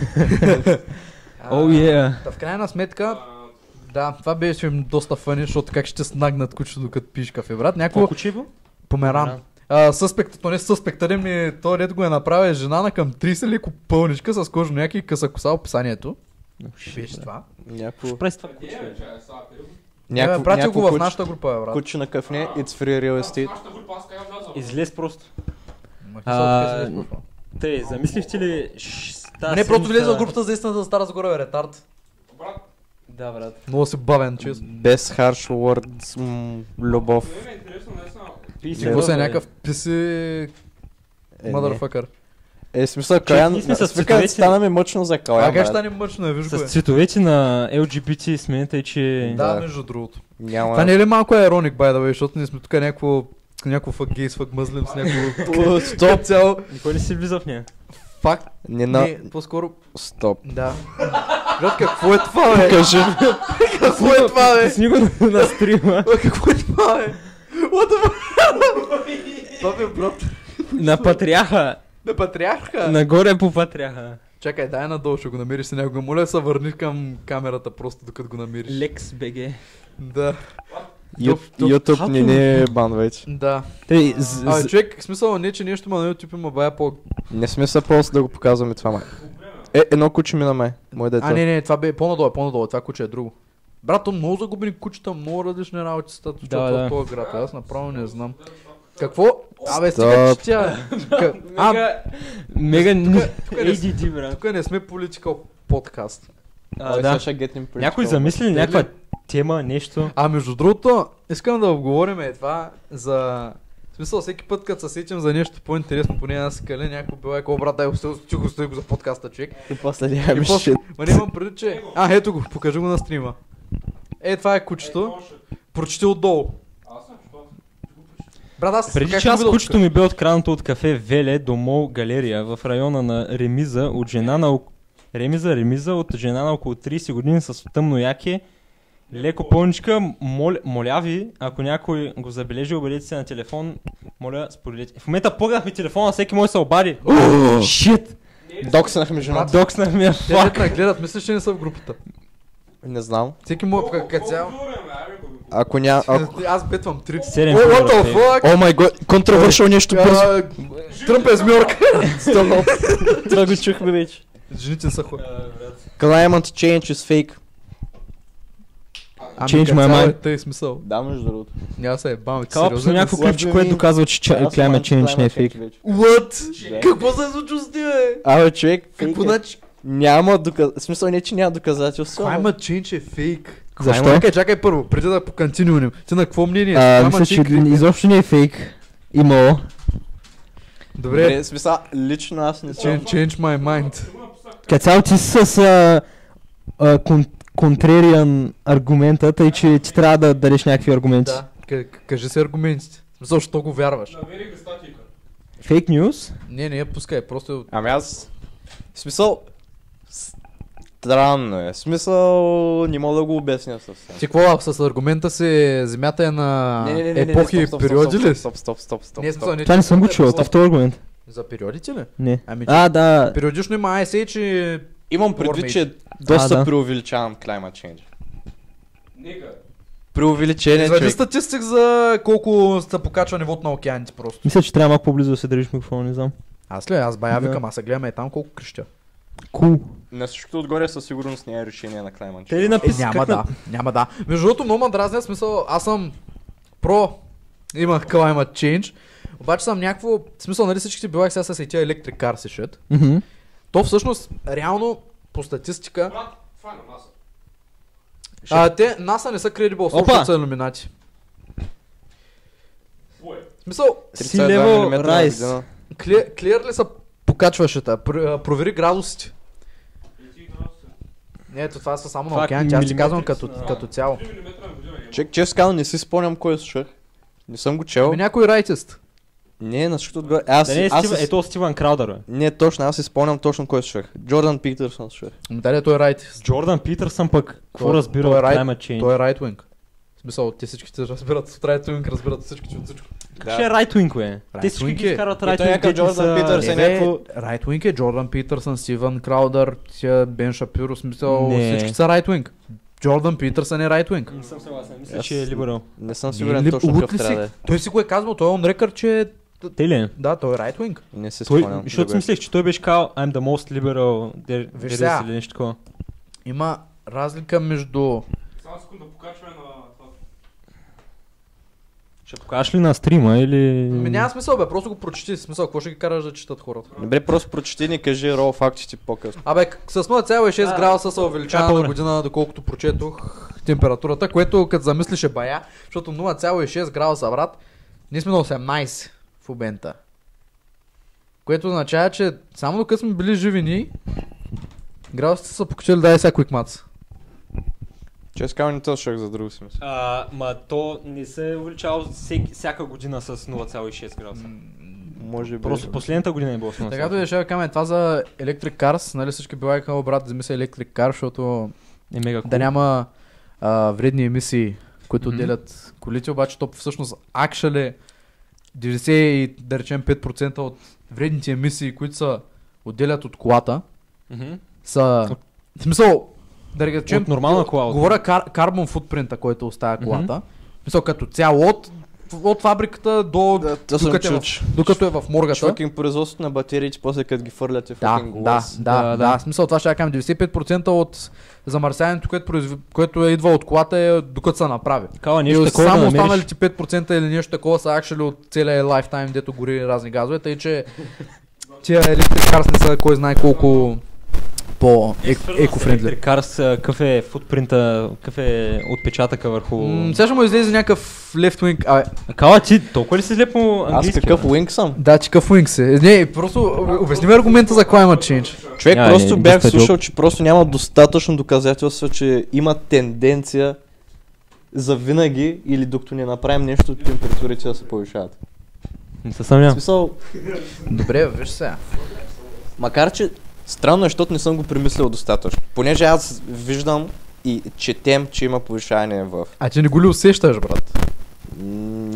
[SPEAKER 2] А,
[SPEAKER 9] О, е.
[SPEAKER 2] Та в крайна сметка,
[SPEAKER 1] А,
[SPEAKER 2] да, това беше им доста фъни, защото как ще снагнат кучето докато пиш кафе, брат. Някакво
[SPEAKER 9] куче го?
[SPEAKER 2] померан. А, съспект, то не съспектът е ми, то ред го е направил е жена на към 30 леко пълничка с кожно някакви къса коса описанието. Беше това.
[SPEAKER 8] Някакво...
[SPEAKER 9] През това
[SPEAKER 1] къде е, бе, чай, сега, пе, го.
[SPEAKER 2] Някакво,
[SPEAKER 8] Някакво...
[SPEAKER 2] е, пратил го
[SPEAKER 8] някакво
[SPEAKER 2] в
[SPEAKER 8] куче-
[SPEAKER 2] нашата група, бе, брат.
[SPEAKER 8] Куче на кафне, it's free real estate.
[SPEAKER 1] Нашата група, аз как я влязам?
[SPEAKER 9] Излез просто.
[SPEAKER 2] Ма,
[SPEAKER 9] А,
[SPEAKER 2] хисал, така си беше профил.
[SPEAKER 9] Тъй, замислихте ли... ш-
[SPEAKER 2] Не,
[SPEAKER 9] тази
[SPEAKER 2] просто
[SPEAKER 9] седмица-
[SPEAKER 2] влезе в групата за истината за Стара Загора, бе, ретард.
[SPEAKER 1] Брат,
[SPEAKER 9] Да, брат.
[SPEAKER 2] Много си бавен, честно.
[SPEAKER 8] Без harsh words, м, любов.
[SPEAKER 1] не ми е интересно, не съм...
[SPEAKER 9] Пи си
[SPEAKER 8] Не,
[SPEAKER 2] Какво
[SPEAKER 9] просто,
[SPEAKER 2] се е
[SPEAKER 9] бе.
[SPEAKER 2] някакъв писи...
[SPEAKER 8] Е, не.
[SPEAKER 2] Мадърфакър.
[SPEAKER 8] Е, в смисъл,
[SPEAKER 9] ние
[SPEAKER 8] Калян,
[SPEAKER 9] сме с
[SPEAKER 8] свика,
[SPEAKER 9] цветовете.
[SPEAKER 8] стана ми мъчно за Калян,
[SPEAKER 2] А как
[SPEAKER 8] брат.
[SPEAKER 2] ще стане мъчно, я виж го
[SPEAKER 9] С
[SPEAKER 2] е.
[SPEAKER 9] цветовете на LGBT смените, че...
[SPEAKER 2] Да,
[SPEAKER 8] Да.
[SPEAKER 2] между другото. Това
[SPEAKER 8] Няма...
[SPEAKER 2] не е ли малко ироник, by the way, защото ние сме тук някакво някакво фак гейс, фак мъзлим с някакво...
[SPEAKER 8] О, Стоп!
[SPEAKER 2] е- Цяло...
[SPEAKER 9] Никой не си влиза в нея.
[SPEAKER 2] Факт,
[SPEAKER 8] Не на...
[SPEAKER 2] не, по-скоро...
[SPEAKER 8] Стоп.
[SPEAKER 2] Да. Брат, какво е това, бе?
[SPEAKER 8] Кажи.
[SPEAKER 2] Какво е това, бе?
[SPEAKER 9] Пусни го на- на стрима.
[SPEAKER 2] Бе, Какво е това, бе? What the fuck? Това бе, брат.
[SPEAKER 9] На патриаха.
[SPEAKER 2] На патриарха.
[SPEAKER 9] Нагоре по патриаха.
[SPEAKER 2] Чакай, дай надолу, ще го намериш се някога. Моля, се върни към камерата просто, докато го намериш.
[SPEAKER 9] Лекс БГ.
[SPEAKER 2] Да.
[SPEAKER 8] Ю-
[SPEAKER 2] Топ, топ.
[SPEAKER 8] Ютуб не ни е бан вече.
[SPEAKER 2] Да.
[SPEAKER 9] Тъй,
[SPEAKER 2] А, бе, човек, в смисъл не, че нещо има на YouTube, има бая по...
[SPEAKER 8] Не сме се просто да го показваме това май. Е, едно куче мина май. Мое дете.
[SPEAKER 2] А, не, не, това бе по-надолу, е, по-надолу, това куче е друго. Брат, то много загубени кучета, много различни работи са да,
[SPEAKER 9] Да,
[SPEAKER 2] в
[SPEAKER 9] да.
[SPEAKER 2] този град. Аз направо не знам. Какво? Абе, стига,
[SPEAKER 8] Стоп.
[SPEAKER 2] че тя... Ка- А,
[SPEAKER 9] Мега...
[SPEAKER 2] тук е- не сме.
[SPEAKER 9] ADD, брат.
[SPEAKER 2] тук не сме political подкаст. Нали?
[SPEAKER 9] А, да. Някой замисли
[SPEAKER 2] Е,
[SPEAKER 9] ли някаква тема, нещо?
[SPEAKER 2] А между другото, искам да обговорим е това за... В смисъл, всеки път, като се сетим за нещо по-интересно, поне аз и каля, някой била е какво, брат, дай го стига, стига, стига го за подкаста, човек.
[SPEAKER 8] И после
[SPEAKER 2] И
[SPEAKER 8] няма
[SPEAKER 2] после-
[SPEAKER 8] ще.
[SPEAKER 2] Ма не имам преди, че... А, ето го, покажи го на стрима. Е, това е кучето. Прочете отдолу.
[SPEAKER 1] Аз съм, що?
[SPEAKER 2] Брат, аз
[SPEAKER 9] Преди
[SPEAKER 2] как го
[SPEAKER 9] час
[SPEAKER 2] видя
[SPEAKER 9] кучето ми бе откраднато от кафе Веле до мол галерия в района на Ремиза от жена на... ок- Ремиза, Ремиза от жена на около 30 години с тъмно яке. Леко пълничка, мол, моля ви, ако някой го забележи, обадете се на телефон, моля, споделете. В момента пъгнахме телефона, всеки може да се обади. Шит!
[SPEAKER 8] Докснахме жената.
[SPEAKER 9] Докснахме я,
[SPEAKER 2] Те дет
[SPEAKER 9] фак!
[SPEAKER 2] на гледат, мисля, че не са в групата.
[SPEAKER 8] Не знам.
[SPEAKER 2] Всеки му е като цяло.
[SPEAKER 8] Ако няма... Ако...
[SPEAKER 2] Аз бетвам три.
[SPEAKER 9] Седем
[SPEAKER 2] О, what the
[SPEAKER 9] фигура, те.
[SPEAKER 2] fuck?
[SPEAKER 8] О май гот, контравършъл нещо бързо.
[SPEAKER 2] А, Тръмп е змьорка.
[SPEAKER 9] Това го чухме вече.
[SPEAKER 2] Жените са хора.
[SPEAKER 8] Climate change is fake.
[SPEAKER 2] Ами,
[SPEAKER 9] Change
[SPEAKER 2] като
[SPEAKER 9] my
[SPEAKER 2] цяло
[SPEAKER 9] mind.
[SPEAKER 2] е Тъй смисъл.
[SPEAKER 8] Да, между другото.
[SPEAKER 2] Няма се е бам, че
[SPEAKER 9] Калапс на някакво
[SPEAKER 8] Слабо
[SPEAKER 9] клипче,
[SPEAKER 8] ми-
[SPEAKER 9] което доказва, че ча- climate change не е фейк.
[SPEAKER 2] What?
[SPEAKER 8] Да.
[SPEAKER 2] Какво се е случило с ти, бе?
[SPEAKER 8] Абе, човек,
[SPEAKER 2] Какво
[SPEAKER 8] фейк е.
[SPEAKER 2] значи?
[SPEAKER 8] Няма доказателство. В смисъл не, че няма доказателство.
[SPEAKER 2] Climate change е фейк.
[SPEAKER 9] Защо?
[SPEAKER 2] Climate- Чакай, чакай първо, преди да покантинюнем. Ти на какво мнение? си?
[SPEAKER 9] А,
[SPEAKER 2] Climate
[SPEAKER 9] мисля, че
[SPEAKER 2] change-
[SPEAKER 9] изобщо не е фейк. Имало.
[SPEAKER 2] Добре,
[SPEAKER 8] в смисъл, лично аз не
[SPEAKER 2] change,
[SPEAKER 8] съм.
[SPEAKER 2] change my mind.
[SPEAKER 9] Кацал ти си с а, а, кон, контрериан аргумента, тъй че ти трябва да дадеш някакви аргументи.
[SPEAKER 2] Да. К- Кажи си аргументите. Защо го вярваш?
[SPEAKER 1] Намерих статика.
[SPEAKER 9] Фейк нюз?
[SPEAKER 2] Не, не я пускай, просто...
[SPEAKER 4] Ами аз... В смисъл... Странно е. В смисъл... Не мога да го обясня съвсем.
[SPEAKER 2] Ти какво, с аргумента си земята е на
[SPEAKER 4] Не, не, не, не, не,
[SPEAKER 2] епохи
[SPEAKER 4] стоп,
[SPEAKER 2] и
[SPEAKER 4] стоп, стоп,
[SPEAKER 2] периоди
[SPEAKER 4] стоп,
[SPEAKER 2] ли?
[SPEAKER 4] Стоп, стоп, стоп, стоп.
[SPEAKER 2] Не,
[SPEAKER 4] стоп.
[SPEAKER 2] смисъл, не,
[SPEAKER 9] Това не съм го чул,
[SPEAKER 2] е просто-
[SPEAKER 9] автор аргумент.
[SPEAKER 2] За периодите ли?
[SPEAKER 9] Не.
[SPEAKER 2] Ами,
[SPEAKER 9] А, да.
[SPEAKER 2] периодично има ISH и...
[SPEAKER 4] Имам
[SPEAKER 2] Warmate.
[SPEAKER 4] предвид, че е доста
[SPEAKER 9] да.
[SPEAKER 4] преувеличаван climate change.
[SPEAKER 1] Нега.
[SPEAKER 4] Преувеличение,
[SPEAKER 2] Извади
[SPEAKER 4] човек.
[SPEAKER 2] статистик за колко се покачва нивото на океаните просто.
[SPEAKER 9] Мисля, че трябва малко по-близо да се държиш микрофона, не знам.
[SPEAKER 2] Аз ли? Аз бая
[SPEAKER 9] Да.
[SPEAKER 2] викам, аз се гледам и там колко крещя.
[SPEAKER 9] Кул.
[SPEAKER 4] На всичкото отгоре със сигурност не е решение на climate
[SPEAKER 9] Те ли
[SPEAKER 4] change.
[SPEAKER 2] Е,
[SPEAKER 9] написаха?
[SPEAKER 2] няма да, няма да. Между другото, много ма дразня смисъл, аз съм про, имах climate change, обаче съм някакво, в смисъл, нали всичките бивах сега с тия electric car си shit.
[SPEAKER 9] Мгм.
[SPEAKER 2] То всъщност, реално, по статистика,
[SPEAKER 1] Брат, това е на маса.
[SPEAKER 2] а, те, NASA не са credible,
[SPEAKER 9] Опа!
[SPEAKER 2] защото са иллюминати.
[SPEAKER 1] Кое?
[SPEAKER 2] В смисъл,
[SPEAKER 9] Си лево райс.
[SPEAKER 2] кле- клиер ли са покачваше та? Пр- а, провери градусите.
[SPEAKER 1] И ти градуса.
[SPEAKER 2] Не, ето това са само на
[SPEAKER 9] Това
[SPEAKER 2] океаните, аз ти казвам
[SPEAKER 9] милиметри
[SPEAKER 2] като,
[SPEAKER 9] са, да.
[SPEAKER 2] като цяло.
[SPEAKER 1] 3 мм на година е.
[SPEAKER 4] Чек, честно казвам, не си спомням кой слушах. Не съм го чел.
[SPEAKER 2] Ами някой райтист.
[SPEAKER 4] Не, на всичкото отгоре. Аз,
[SPEAKER 9] Да не е
[SPEAKER 4] аз,
[SPEAKER 9] Стивън,
[SPEAKER 4] си-
[SPEAKER 9] ето Стивън Краудър, бе.
[SPEAKER 4] Не, точно, аз си спомням точно кой слушах. Джордан Питърсън слушах.
[SPEAKER 2] Ами дали той е райтист.
[SPEAKER 9] Джордан Питърсън пък, какво
[SPEAKER 2] Той-
[SPEAKER 9] разбира
[SPEAKER 2] той е
[SPEAKER 9] от
[SPEAKER 2] рай-
[SPEAKER 9] climate change?
[SPEAKER 2] Той е right wing. В смисъл, те всичките разбират от right wing, разбират всички от всичко.
[SPEAKER 9] Ще е right wing, бе. Те всички
[SPEAKER 2] Right wing
[SPEAKER 9] ги
[SPEAKER 2] е.
[SPEAKER 9] изкарват
[SPEAKER 4] И той
[SPEAKER 9] right wing.
[SPEAKER 4] някакъв
[SPEAKER 9] дето не
[SPEAKER 4] Джордан
[SPEAKER 9] са-
[SPEAKER 4] Питърсън.
[SPEAKER 2] Не,
[SPEAKER 4] Се
[SPEAKER 2] бе,
[SPEAKER 4] някакво-
[SPEAKER 2] right wing е Джордан Питърсън, Стивън Краудър, тия Бен Шапиро, в смисъл,
[SPEAKER 9] Не.
[SPEAKER 2] всички са right wing. Джордан Питърсън е right wing.
[SPEAKER 3] Не съм съгласен. Мисля,
[SPEAKER 9] Мисля, че е
[SPEAKER 4] Аз-
[SPEAKER 9] либерал.
[SPEAKER 4] Не съм
[SPEAKER 2] Не,
[SPEAKER 4] сигурен
[SPEAKER 2] ли-
[SPEAKER 4] точно
[SPEAKER 2] луд
[SPEAKER 4] какъв
[SPEAKER 2] ли си?
[SPEAKER 4] трябва да е.
[SPEAKER 2] Той си го е казвал, той е он рекър, че е-
[SPEAKER 9] Те ли? е?
[SPEAKER 2] да, той е right wing.
[SPEAKER 4] Не се
[SPEAKER 9] Той,
[SPEAKER 4] спомням.
[SPEAKER 9] защото си
[SPEAKER 4] Добре.
[SPEAKER 9] мислех, че той беше казал I'm the most liberal there,
[SPEAKER 2] Виж
[SPEAKER 9] there
[SPEAKER 2] сега.
[SPEAKER 9] is или нещо такова.
[SPEAKER 2] Има разлика между
[SPEAKER 1] Само секунда покачване на това.
[SPEAKER 9] Ще покажеш ли на стрима или...
[SPEAKER 2] Ами няма смисъл бе, просто го прочети. Смисъл, какво ще ги караш да четат хората?
[SPEAKER 4] Добре, просто прочети ни кажи рол фактите по-късно.
[SPEAKER 2] Абе, к- с 0,6
[SPEAKER 9] Да,
[SPEAKER 2] градуса се
[SPEAKER 9] да,
[SPEAKER 2] увеличава на
[SPEAKER 9] по-добре.
[SPEAKER 2] година, доколкото прочетох температурата, което като замислиш е бая, защото 0,6 градуса, брат, ние сме на 18 в момента. Което означава, че само докато сме били живи ние, градусите са покачили дай сега quick maths.
[SPEAKER 4] Честно казвам, не те слушах за друго си мисля.
[SPEAKER 9] А, ма то не се е увеличавало всек- всяка година с 0,6 градуса.
[SPEAKER 4] Може би.
[SPEAKER 9] Просто последната година е било с 0,6.
[SPEAKER 2] Така да ще кажем това за Electric Cars, нали всички биваха, "О, брат, вземи се Electric Car, защото
[SPEAKER 9] Е мега кул.
[SPEAKER 2] да няма а, вредни емисии, които
[SPEAKER 9] Мгм.
[SPEAKER 2] отделят колите, обаче то всъщност actually 90 и да речем 5% от вредните емисии, които са отделят от колата,
[SPEAKER 9] Мгм.
[SPEAKER 2] са... В смисъл, да ги речем...
[SPEAKER 9] От нормална кола. от-
[SPEAKER 2] Говоря кар- карбон футпринта, който оставя колата. В смисъл, като цяло от, от фабриката до...
[SPEAKER 4] Да, то съм
[SPEAKER 2] докато, е
[SPEAKER 4] чул,
[SPEAKER 2] в, докато е в моргата.
[SPEAKER 4] Шокинг производството на батериите, после като ги фърлят е
[SPEAKER 2] Да,
[SPEAKER 4] fucking
[SPEAKER 2] да,
[SPEAKER 4] лос.
[SPEAKER 2] да, да, да. В смисъл това ще я кажа 95% от замърсяването, което, произв... което е идва от колата е докато се направи.
[SPEAKER 9] Кала
[SPEAKER 2] Нещо
[SPEAKER 9] нещо
[SPEAKER 2] и Е,
[SPEAKER 9] такова
[SPEAKER 2] само
[SPEAKER 9] да намериш.
[SPEAKER 2] останалите 5% или нещо такова са actually от целия лайфтайм, дето гори разни газове, тъй че тия електрик карс не са кой знае колко по ек- екофрендли.
[SPEAKER 9] Карс, какъв е футпринта, какъв е отпечатъка върху...
[SPEAKER 2] М, Сега ще му излезе някакъв left wing, а,
[SPEAKER 9] Кала, ти толкова ли си зле по
[SPEAKER 4] Аз
[SPEAKER 9] английски? е.
[SPEAKER 4] какъв уинк съм?
[SPEAKER 2] да, че какъв wing се. Не, просто обясни ми аргумента за climate change.
[SPEAKER 4] Човек,
[SPEAKER 9] Няма,
[SPEAKER 4] просто
[SPEAKER 9] не,
[SPEAKER 4] бях
[SPEAKER 9] доста е
[SPEAKER 4] слушал, че просто няма достатъчно доказателства, че има тенденция за винаги или докато не направим нещо, температурите да се повишават.
[SPEAKER 9] Не се
[SPEAKER 4] В
[SPEAKER 9] съмнявам.
[SPEAKER 4] смисъл,
[SPEAKER 2] Добре, бе, виж сега.
[SPEAKER 4] Макар, че странно е, защото не съм го премислил достатъчно. Понеже аз виждам и четем, че има повишаване в...
[SPEAKER 2] А ти не го ли усещаш, брат?
[SPEAKER 4] М,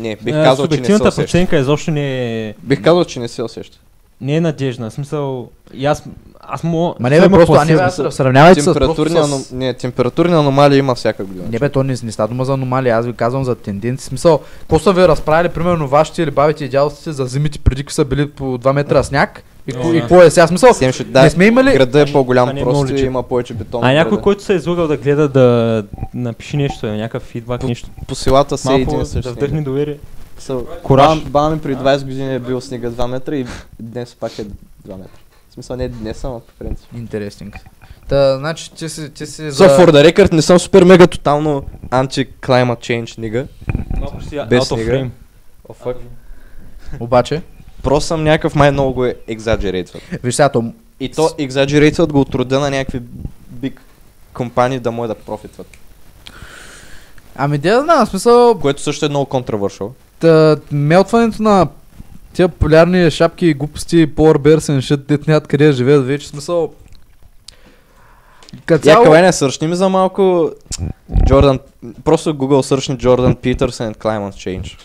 [SPEAKER 4] Не, бих
[SPEAKER 9] Е,
[SPEAKER 4] казал, че не се
[SPEAKER 9] Субективната
[SPEAKER 4] усеща.
[SPEAKER 9] преценка изобщо не е...
[SPEAKER 4] Бих казал, че не се усеща.
[SPEAKER 9] Не е надежна. В смисъл, и аз, аз мога...
[SPEAKER 2] Ма не бе,
[SPEAKER 9] има
[SPEAKER 2] просто, а
[SPEAKER 9] какво
[SPEAKER 2] не бе,
[SPEAKER 9] да
[SPEAKER 2] аз
[SPEAKER 9] си-
[SPEAKER 2] сравнявайте с... просто
[SPEAKER 4] Температурни,
[SPEAKER 2] с...
[SPEAKER 4] ано... не, температурни аномалии има всяка година.
[SPEAKER 2] Не бе, то не, не става дума за аномалия, аз ви казвам за тенденции. В Смисъл, какво са ви разправили, примерно, вашите или бабите и дядовците за зимите, преди като са били по 2 метра сняг? И какво-
[SPEAKER 9] Да.
[SPEAKER 2] и какво е сега? В Смисъл,
[SPEAKER 4] Съвсем ще-
[SPEAKER 2] не
[SPEAKER 4] да,
[SPEAKER 2] сме имали...
[SPEAKER 4] града е
[SPEAKER 9] Това
[SPEAKER 4] по-голям,
[SPEAKER 9] не е много
[SPEAKER 4] просто
[SPEAKER 9] личи.
[SPEAKER 4] има повече бетон.
[SPEAKER 9] А
[SPEAKER 4] в
[SPEAKER 9] някой,
[SPEAKER 4] града.
[SPEAKER 9] който се е излагал да гледа да напиши нещо, е, някакъв фидбак,
[SPEAKER 4] По-
[SPEAKER 9] нещо.
[SPEAKER 4] По селата се
[SPEAKER 9] Малко
[SPEAKER 4] един и
[SPEAKER 9] да
[SPEAKER 4] същи.
[SPEAKER 9] вдъхне доверие. Кураж.
[SPEAKER 4] Кораж. Баба ми при 20 години е бил снега 2 метра и днес пак е 2 метра. В смисъл не днес, ама по принцип.
[SPEAKER 2] Интереснинг. Та, значи, ти си, ти си
[SPEAKER 4] So
[SPEAKER 2] за...
[SPEAKER 4] for the record, не съм супер мега тотално анти-climate change, нига.
[SPEAKER 9] Малко си
[SPEAKER 4] Без
[SPEAKER 9] out of
[SPEAKER 4] снега.
[SPEAKER 9] frame.
[SPEAKER 4] О, фак.
[SPEAKER 2] Обаче,
[SPEAKER 4] Просто съм някакъв май много го екзаджерейтват.
[SPEAKER 2] виж сега, то...
[SPEAKER 4] И то екзаджерейтват го от рода на някакви биг компании да може да профитват.
[SPEAKER 2] Ами, де да знам, в смисъл,
[SPEAKER 4] Което също е много контравършал.
[SPEAKER 2] та, мелтването на
[SPEAKER 8] Тия популярни шапки и глупости и Power и шит, дет нямат къде да живеят вече. В Смисъл... Като
[SPEAKER 4] Цяло...
[SPEAKER 8] цяло...
[SPEAKER 4] Я, Кавене, сръчни ми за малко Джордан... Просто Google сръчни Джордан Питърсън and Climate Change.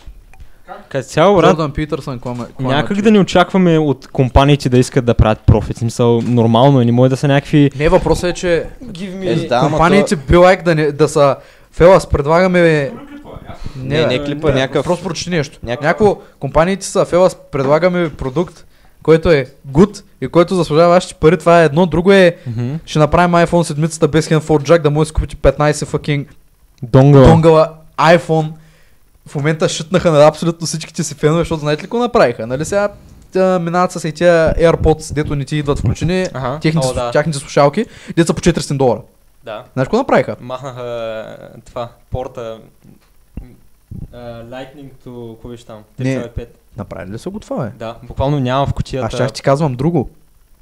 [SPEAKER 9] Като цяло, брат,
[SPEAKER 8] Джордан Питърсън, клама... клама-
[SPEAKER 9] някак да не очакваме от компаниите да искат да правят профит. В Смисъл, нормално е, не може да са някакви...
[SPEAKER 2] Не, въпросът е, че
[SPEAKER 4] Е, да, ама
[SPEAKER 2] компаниите be like да, не, да са Фелас, предлагаме...
[SPEAKER 4] Не,
[SPEAKER 2] бе.
[SPEAKER 4] не, не клипа, някакъв...
[SPEAKER 2] Просто прочети нещо.
[SPEAKER 4] Някакъв-
[SPEAKER 2] Някакво, компаниите са Фелас, предлагаме ви продукт, който е good и който заслужава вашите пари, това е едно. Друго е,
[SPEAKER 9] Мгм.
[SPEAKER 2] ще направим iPhone 7 без handphone jack, да може да си купите 15 fucking
[SPEAKER 9] Донгъл.
[SPEAKER 2] донгала iPhone. В момента шитнаха на абсолютно всичките си фенове, защото знаете ли какво направиха? Нали сега а, минават с и тия AirPods, дето не ти идват включени,
[SPEAKER 3] Аха.
[SPEAKER 2] техните,
[SPEAKER 3] О, да.
[SPEAKER 2] тяхните слушалки, деца по 400 долара.
[SPEAKER 3] Да.
[SPEAKER 2] Знаеш какво направиха?
[SPEAKER 3] Махнаха е, това, порта. м, е, Lightning to, какво беше там?
[SPEAKER 2] Не.
[SPEAKER 3] 3.5.
[SPEAKER 2] Направили ли са го това, бе?
[SPEAKER 3] Да.
[SPEAKER 9] Буквално няма в
[SPEAKER 2] Аз
[SPEAKER 9] кутията.
[SPEAKER 2] ще ти казвам друго.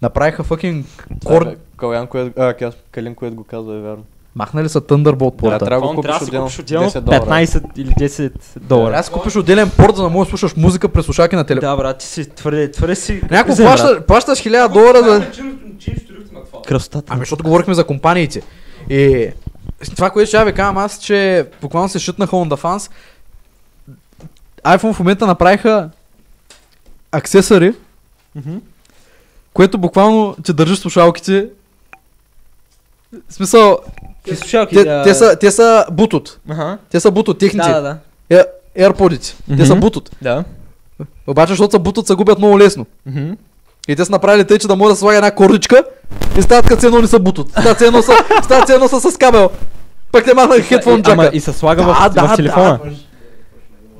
[SPEAKER 2] Направиха fucking Кор...
[SPEAKER 4] Калян, което... А, Кя- Калин, което го казва, е вярно.
[SPEAKER 2] Махнали са Thunderbolt
[SPEAKER 4] Да,
[SPEAKER 2] порта.
[SPEAKER 4] трябва да го
[SPEAKER 9] Буквално
[SPEAKER 4] купиш
[SPEAKER 9] трябва да си
[SPEAKER 4] отделно.
[SPEAKER 9] купиш отделно
[SPEAKER 4] 10 долара.
[SPEAKER 9] 15 или 10 долара.
[SPEAKER 2] Аз купиш отделен порт, за да можеш да слушаш музика през слушалки на телефона.
[SPEAKER 9] Да, брат, ти си твърде, твърде си...
[SPEAKER 2] Някакво
[SPEAKER 9] Зем, брат.
[SPEAKER 2] плащаш, плащаш 1000 долара за...
[SPEAKER 9] Красотата.
[SPEAKER 2] Ами, защото говорихме за компаниите. И това, което ще я ви кажа аз, че буквално се шитнаха on the fans. iPhone в момента направиха аксесари, което буквално ти държиш слушалките. В смисъл,
[SPEAKER 9] Ти слушалки,
[SPEAKER 2] те,
[SPEAKER 9] да.
[SPEAKER 2] те, са, те са бутут.
[SPEAKER 9] Аха.
[SPEAKER 2] Те са бутут, техните.
[SPEAKER 9] Да, да, да.
[SPEAKER 2] Е, AirPod-ите. Те са
[SPEAKER 9] Мгм.
[SPEAKER 2] бутут.
[SPEAKER 9] Да.
[SPEAKER 2] Обаче, защото са бутат, се губят много лесно.
[SPEAKER 9] Мгм.
[SPEAKER 2] И те са направили тъй, че да може да слага една корничка и стават като все едно не са бутат. Стават все едно са, стават все едно са с кабел. Пък те махнаха хедфон
[SPEAKER 9] И- Ама
[SPEAKER 2] Е, джака.
[SPEAKER 9] и се слага
[SPEAKER 2] Да,
[SPEAKER 9] в,
[SPEAKER 2] да, да.
[SPEAKER 9] в телефона.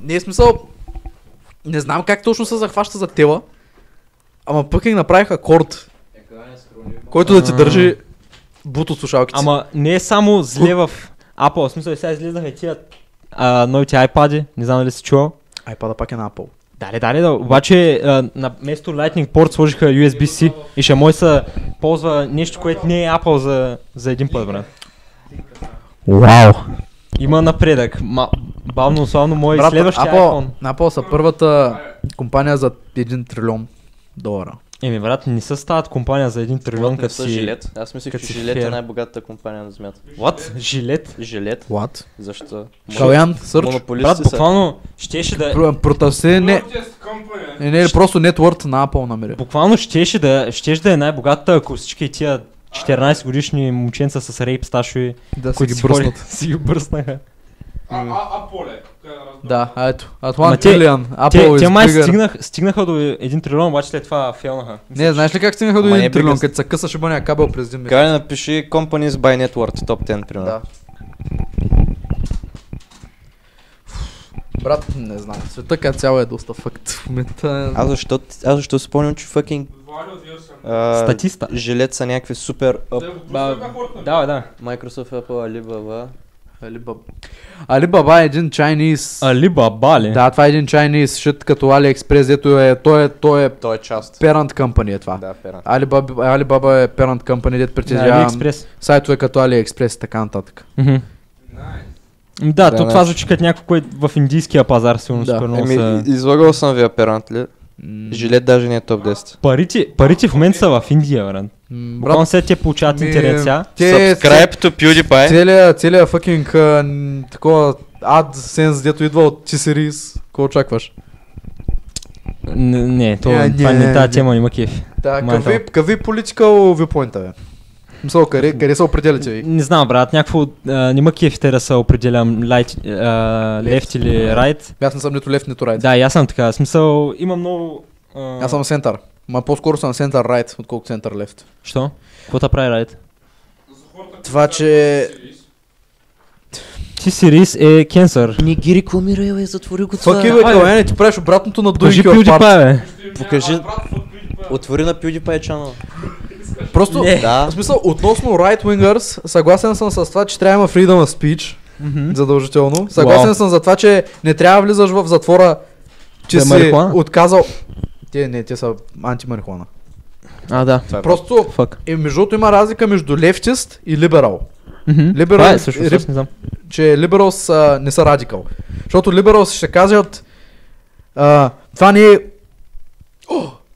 [SPEAKER 2] Не е смисъл. Не знам как точно се захваща за тела. Ама пък и направиха корд, който да ти
[SPEAKER 9] А.
[SPEAKER 2] държи бут от слушалките.
[SPEAKER 9] Ама не е само зле в Apple, в смисъл сега излезнаха тия а, новите iPad, не знам дали си чувал.
[SPEAKER 2] iPad пак е на Apple.
[SPEAKER 9] Дале, дале, да. Обаче а, на место Lightning порт сложиха USB-C и ще може да се ползва нещо, което не е Apple за, за един път, брат.
[SPEAKER 2] Вау!
[SPEAKER 9] Има напредък. Ма, бавно, славно, мое
[SPEAKER 2] Брат,
[SPEAKER 9] следващия
[SPEAKER 2] Apple,
[SPEAKER 9] iPhone.
[SPEAKER 2] Apple са първата компания за 1 трилион долара.
[SPEAKER 9] Еми, брат, не се стават компания за един трилион, като
[SPEAKER 4] Са
[SPEAKER 9] си...
[SPEAKER 4] жилет. Аз мислих,
[SPEAKER 9] като
[SPEAKER 4] че
[SPEAKER 9] си
[SPEAKER 4] жилет е
[SPEAKER 9] фер.
[SPEAKER 4] най-богатата компания на земята.
[SPEAKER 9] What? Жилет?
[SPEAKER 4] Жилет?
[SPEAKER 2] What?
[SPEAKER 4] Защо?
[SPEAKER 2] Калян, сърч.
[SPEAKER 9] Брат,
[SPEAKER 4] Монополисти са.
[SPEAKER 9] буквално щеше да...
[SPEAKER 2] Пр- Протърси, не, Не, не, просто нетворд на Apple намеря.
[SPEAKER 9] Буквално щеше да, щеше да е най-богатата, ако всички тия 14 годишни момченца с рейп сташови,
[SPEAKER 2] Да си
[SPEAKER 9] които
[SPEAKER 2] ги бръснат.
[SPEAKER 9] ходи- си ги бръснаха.
[SPEAKER 1] А, а, а поле. Кой е раздал?
[SPEAKER 2] Да, а ето.
[SPEAKER 9] Ма
[SPEAKER 2] Атлант
[SPEAKER 9] те-
[SPEAKER 2] Трилиан, Apple
[SPEAKER 9] Те, те май
[SPEAKER 2] is bigger.
[SPEAKER 9] стигнах, стигнаха до един трилион, обаче след това фейлнаха.
[SPEAKER 2] Не, знаеш ли как стигнаха до
[SPEAKER 4] Ама не
[SPEAKER 2] един
[SPEAKER 4] е
[SPEAKER 2] трилион,
[SPEAKER 4] biggest.
[SPEAKER 2] като се къса шибания кабел през един месец?
[SPEAKER 4] Калян, напиши Companies by Networth, топ 10, примерно.
[SPEAKER 2] Да. Брат, не знам. Света като цяло е доста факт в момента.
[SPEAKER 4] Аз защо, аз защо си спомням, че fucking
[SPEAKER 1] Валя от Йорсън.
[SPEAKER 4] а,
[SPEAKER 9] Статиста.
[SPEAKER 4] жилет са някакви супер
[SPEAKER 1] Да,
[SPEAKER 4] up.
[SPEAKER 1] го
[SPEAKER 9] Ба,
[SPEAKER 1] пускаха хората.
[SPEAKER 9] Да, да.
[SPEAKER 4] Microsoft, Apple, Alibaba.
[SPEAKER 2] Алибаба. Алибаба е един Chinese...
[SPEAKER 9] Али баба ли?
[SPEAKER 2] Да, това е един Chinese shit като AliExpress, дето е, той е, той е
[SPEAKER 4] Той е част.
[SPEAKER 2] parent company е това.
[SPEAKER 4] Да, фера.
[SPEAKER 2] Alibaba, Alibaba е parent company, дето притежава
[SPEAKER 9] Алиекспрес.
[SPEAKER 2] сайтове като AliExpress и така нататък.
[SPEAKER 9] Мгм.
[SPEAKER 1] Най.
[SPEAKER 9] М,
[SPEAKER 4] Да,
[SPEAKER 9] Да, то това
[SPEAKER 4] значи.
[SPEAKER 9] звучи като някой, който в индийския пазар сигурно
[SPEAKER 2] Да.
[SPEAKER 9] супер много
[SPEAKER 4] Еми,
[SPEAKER 9] са...
[SPEAKER 4] и- излагал съм ви аперант ли?
[SPEAKER 2] М,
[SPEAKER 4] Жилет даже не е топ 10.
[SPEAKER 9] Парите, парите в момента са в Индия, брат.
[SPEAKER 2] м, брат,
[SPEAKER 9] Буквално след те получават
[SPEAKER 2] ми-
[SPEAKER 9] интернет сега.
[SPEAKER 2] Те,
[SPEAKER 4] Subscribe е.
[SPEAKER 2] ц-
[SPEAKER 4] to PewDiePie.
[SPEAKER 2] целият, целият fucking а, н- такова AdSense, дето идва от T-Series, какво очакваш?
[SPEAKER 9] Не, не, то,
[SPEAKER 2] Е,
[SPEAKER 9] това
[SPEAKER 2] не,
[SPEAKER 9] не,
[SPEAKER 2] не.
[SPEAKER 9] тази тема има кеф.
[SPEAKER 2] Да,
[SPEAKER 9] Мантал.
[SPEAKER 2] какви, какви political viewpoint бе? Мисъл, къде, къде се определяте ви?
[SPEAKER 9] Не знам, брат, някакво... а, Не ма кеф те да се определям лайт, а, лефт или райт.
[SPEAKER 2] Аз не съм нито лев, нито райт.
[SPEAKER 9] Да, и аз съм така. В смисъл, има много... а,
[SPEAKER 2] Аз съм център. Ма по-скоро съм център райт, отколкото център лефт.
[SPEAKER 9] Що? Какво та прави райт?
[SPEAKER 1] За хората,
[SPEAKER 2] Това,
[SPEAKER 1] които
[SPEAKER 2] че-
[SPEAKER 1] са сирийски.
[SPEAKER 9] T-Series е кенсър.
[SPEAKER 2] Факи бе, Каляне, ти правиш обратното на
[SPEAKER 9] Кажи
[SPEAKER 2] Дуинки в парк.
[SPEAKER 9] PewDiePie, бе.
[SPEAKER 1] Ще им
[SPEAKER 4] Покажи-
[SPEAKER 1] кажа, брат, fuck PewDiePie.
[SPEAKER 4] Отвори на PewDiePie channel.
[SPEAKER 2] Просто,
[SPEAKER 4] Да.
[SPEAKER 2] в смисъл, относно right wingers, съгласен съм с това, че трябва да има freedom of speech. Задължително. Съгласен съм за това, че не трябва да влизаш в затвора, че
[SPEAKER 9] Да е
[SPEAKER 2] си
[SPEAKER 9] марихуана?
[SPEAKER 2] отказал. Те не, те са антимарихуана.
[SPEAKER 9] А, да.
[SPEAKER 4] Това е
[SPEAKER 2] Просто,
[SPEAKER 9] Фак.
[SPEAKER 2] е, между другото има разлика между лефтист и либерал. Либерал-
[SPEAKER 9] Това е също,
[SPEAKER 2] риб-
[SPEAKER 9] също не знам.
[SPEAKER 2] Че либерал са, не са радикал. Защото либерал ще кажат, а, това не е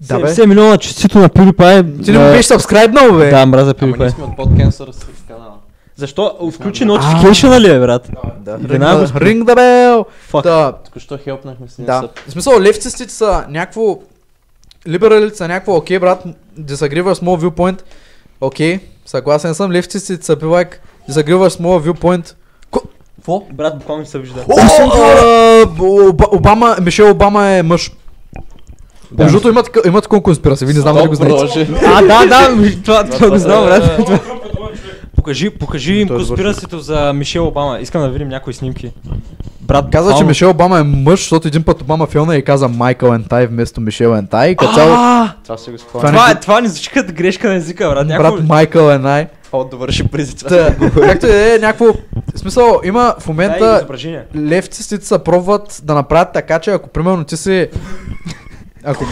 [SPEAKER 2] Да, бе.
[SPEAKER 9] 70 милиона честито на PewDiePie.
[SPEAKER 2] Ти не
[SPEAKER 9] а,
[SPEAKER 2] му беше сабскрайбнал, бе.
[SPEAKER 9] Да, мразя
[SPEAKER 4] Ама ние
[SPEAKER 9] PewDiePie.
[SPEAKER 4] сме от подкенсъра с канала.
[SPEAKER 9] Защо? Включи notification ли е, брат?
[SPEAKER 8] Да.
[SPEAKER 2] Ring
[SPEAKER 9] Веднага го
[SPEAKER 2] the, ring the bell.
[SPEAKER 9] Fuck.
[SPEAKER 2] Да,
[SPEAKER 4] Току-що хелпнахме с
[SPEAKER 8] Да.
[SPEAKER 4] да.
[SPEAKER 2] В смисъл, левцистите са някакво... Либералите са някакво, окей, брат, disagreeer с моят viewpoint. Окей, съгласен съм, левцистите са be like, disagreeer с моят viewpoint. Какво?
[SPEAKER 9] Брат, буквално ще се вижда.
[SPEAKER 2] Обама, Мишел Обама е мъж.
[SPEAKER 9] Да.
[SPEAKER 2] Между другото има, така- има такова конспирация, ви не знам дали го знаете.
[SPEAKER 9] А, да, да, това, това го знам, брат.
[SPEAKER 1] Много Тръмп е добър човек.
[SPEAKER 9] Покажи, покажи им
[SPEAKER 2] Той е завършил.
[SPEAKER 9] конспирацията за Мишел Обама. Искам да видим някои снимки. Брат,
[SPEAKER 2] Каза, че
[SPEAKER 9] буквално-
[SPEAKER 2] Мишел Обама е мъж, защото един път Обама филна и каза Майкъл Ентай вместо Мишел Ентай. Като цяло,
[SPEAKER 9] А,
[SPEAKER 4] Това си го спомня.
[SPEAKER 2] това
[SPEAKER 9] това,
[SPEAKER 2] не
[SPEAKER 9] е, това не звучи като грешка на езика, брат. Някой...
[SPEAKER 2] брат Майкъл Ентай.
[SPEAKER 4] О, довърши призита.
[SPEAKER 2] Та, както и да е някакво... В смисъл, има в
[SPEAKER 9] Дай
[SPEAKER 2] момента
[SPEAKER 9] изображение.
[SPEAKER 2] левцистите са пробват да направят така, че ако примерно ти си... Ако...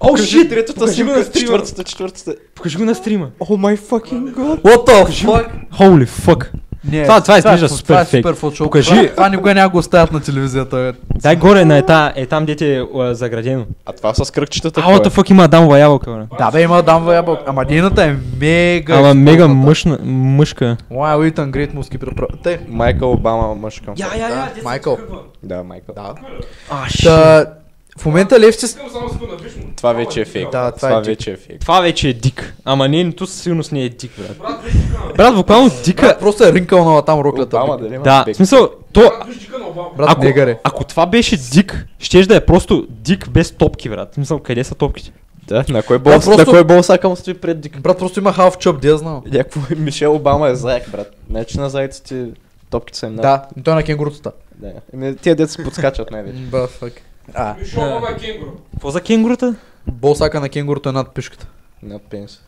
[SPEAKER 9] О, шит!
[SPEAKER 4] Третата
[SPEAKER 9] Покажи го на
[SPEAKER 4] снимка,
[SPEAKER 9] стрима.
[SPEAKER 4] четвъртата, четвъртата.
[SPEAKER 9] Покажи го на стрима.
[SPEAKER 4] О, май fucking god.
[SPEAKER 2] What the fuck?
[SPEAKER 9] Holy fuck.
[SPEAKER 2] Не,
[SPEAKER 9] Това- това изглежда супер
[SPEAKER 2] това е
[SPEAKER 9] фейк.
[SPEAKER 2] супер фотошоп.
[SPEAKER 9] Покажи.
[SPEAKER 2] Това, това никога няма го оставят на телевизията. бе.
[SPEAKER 9] Дай горе на ета, е там дете е а, заградено.
[SPEAKER 4] А това с кръгчетата. е?
[SPEAKER 9] А, what the fuck има Адамова ябълка, брат.
[SPEAKER 2] Да бе, има дамва ябълка. Ама нейната е мега...
[SPEAKER 9] Ама мега
[SPEAKER 2] изпълната.
[SPEAKER 9] мъжна, мъжка.
[SPEAKER 2] Why are we eating great муски препра... Те,
[SPEAKER 4] Майкъл Обама мъжка.
[SPEAKER 3] Я, я, я,
[SPEAKER 2] да, Майкъл.
[SPEAKER 4] Да, Майкъл.
[SPEAKER 2] Да.
[SPEAKER 9] А, шит.
[SPEAKER 2] Та, в момента левци...
[SPEAKER 1] Искам само секунда, виж му.
[SPEAKER 4] Това вече е фейк.
[SPEAKER 2] Да, това е
[SPEAKER 4] Това
[SPEAKER 2] дик.
[SPEAKER 4] вече е фейк.
[SPEAKER 9] Това вече е дик. Ама нейното със сигурност не е дик, брат.
[SPEAKER 1] Брат, виж дика.
[SPEAKER 9] Брат, буквално дика.
[SPEAKER 2] Просто е ринкалнала там роклята.
[SPEAKER 4] Обама дали има
[SPEAKER 9] Да, в
[SPEAKER 4] фейк?
[SPEAKER 9] смисъл, то,
[SPEAKER 1] Брат, виж дика на Обама.
[SPEAKER 2] Брат,
[SPEAKER 9] Ако-
[SPEAKER 2] негър е.
[SPEAKER 9] ако това беше дик, щеш да е просто дик без топки, брат. В Смисъл, къде са топките?
[SPEAKER 4] Да, на кой
[SPEAKER 2] Да,
[SPEAKER 4] бол,
[SPEAKER 2] просто-
[SPEAKER 4] на кой бол сака му стои пред дик.
[SPEAKER 2] Брат, просто има half chub, де я знам.
[SPEAKER 4] Някакво е Мишел Обама е заек, брат. Значи на зайците топките са им над.
[SPEAKER 2] Да, той е на кенгурцата.
[SPEAKER 4] да. Еми, тия деца подскачат най-вече.
[SPEAKER 2] М, Брат, фак. А,
[SPEAKER 1] Мишо Обама е кенгуру.
[SPEAKER 9] Какво за кенгурата?
[SPEAKER 2] болсака на кенгурото е над пишката.
[SPEAKER 4] Над пенса.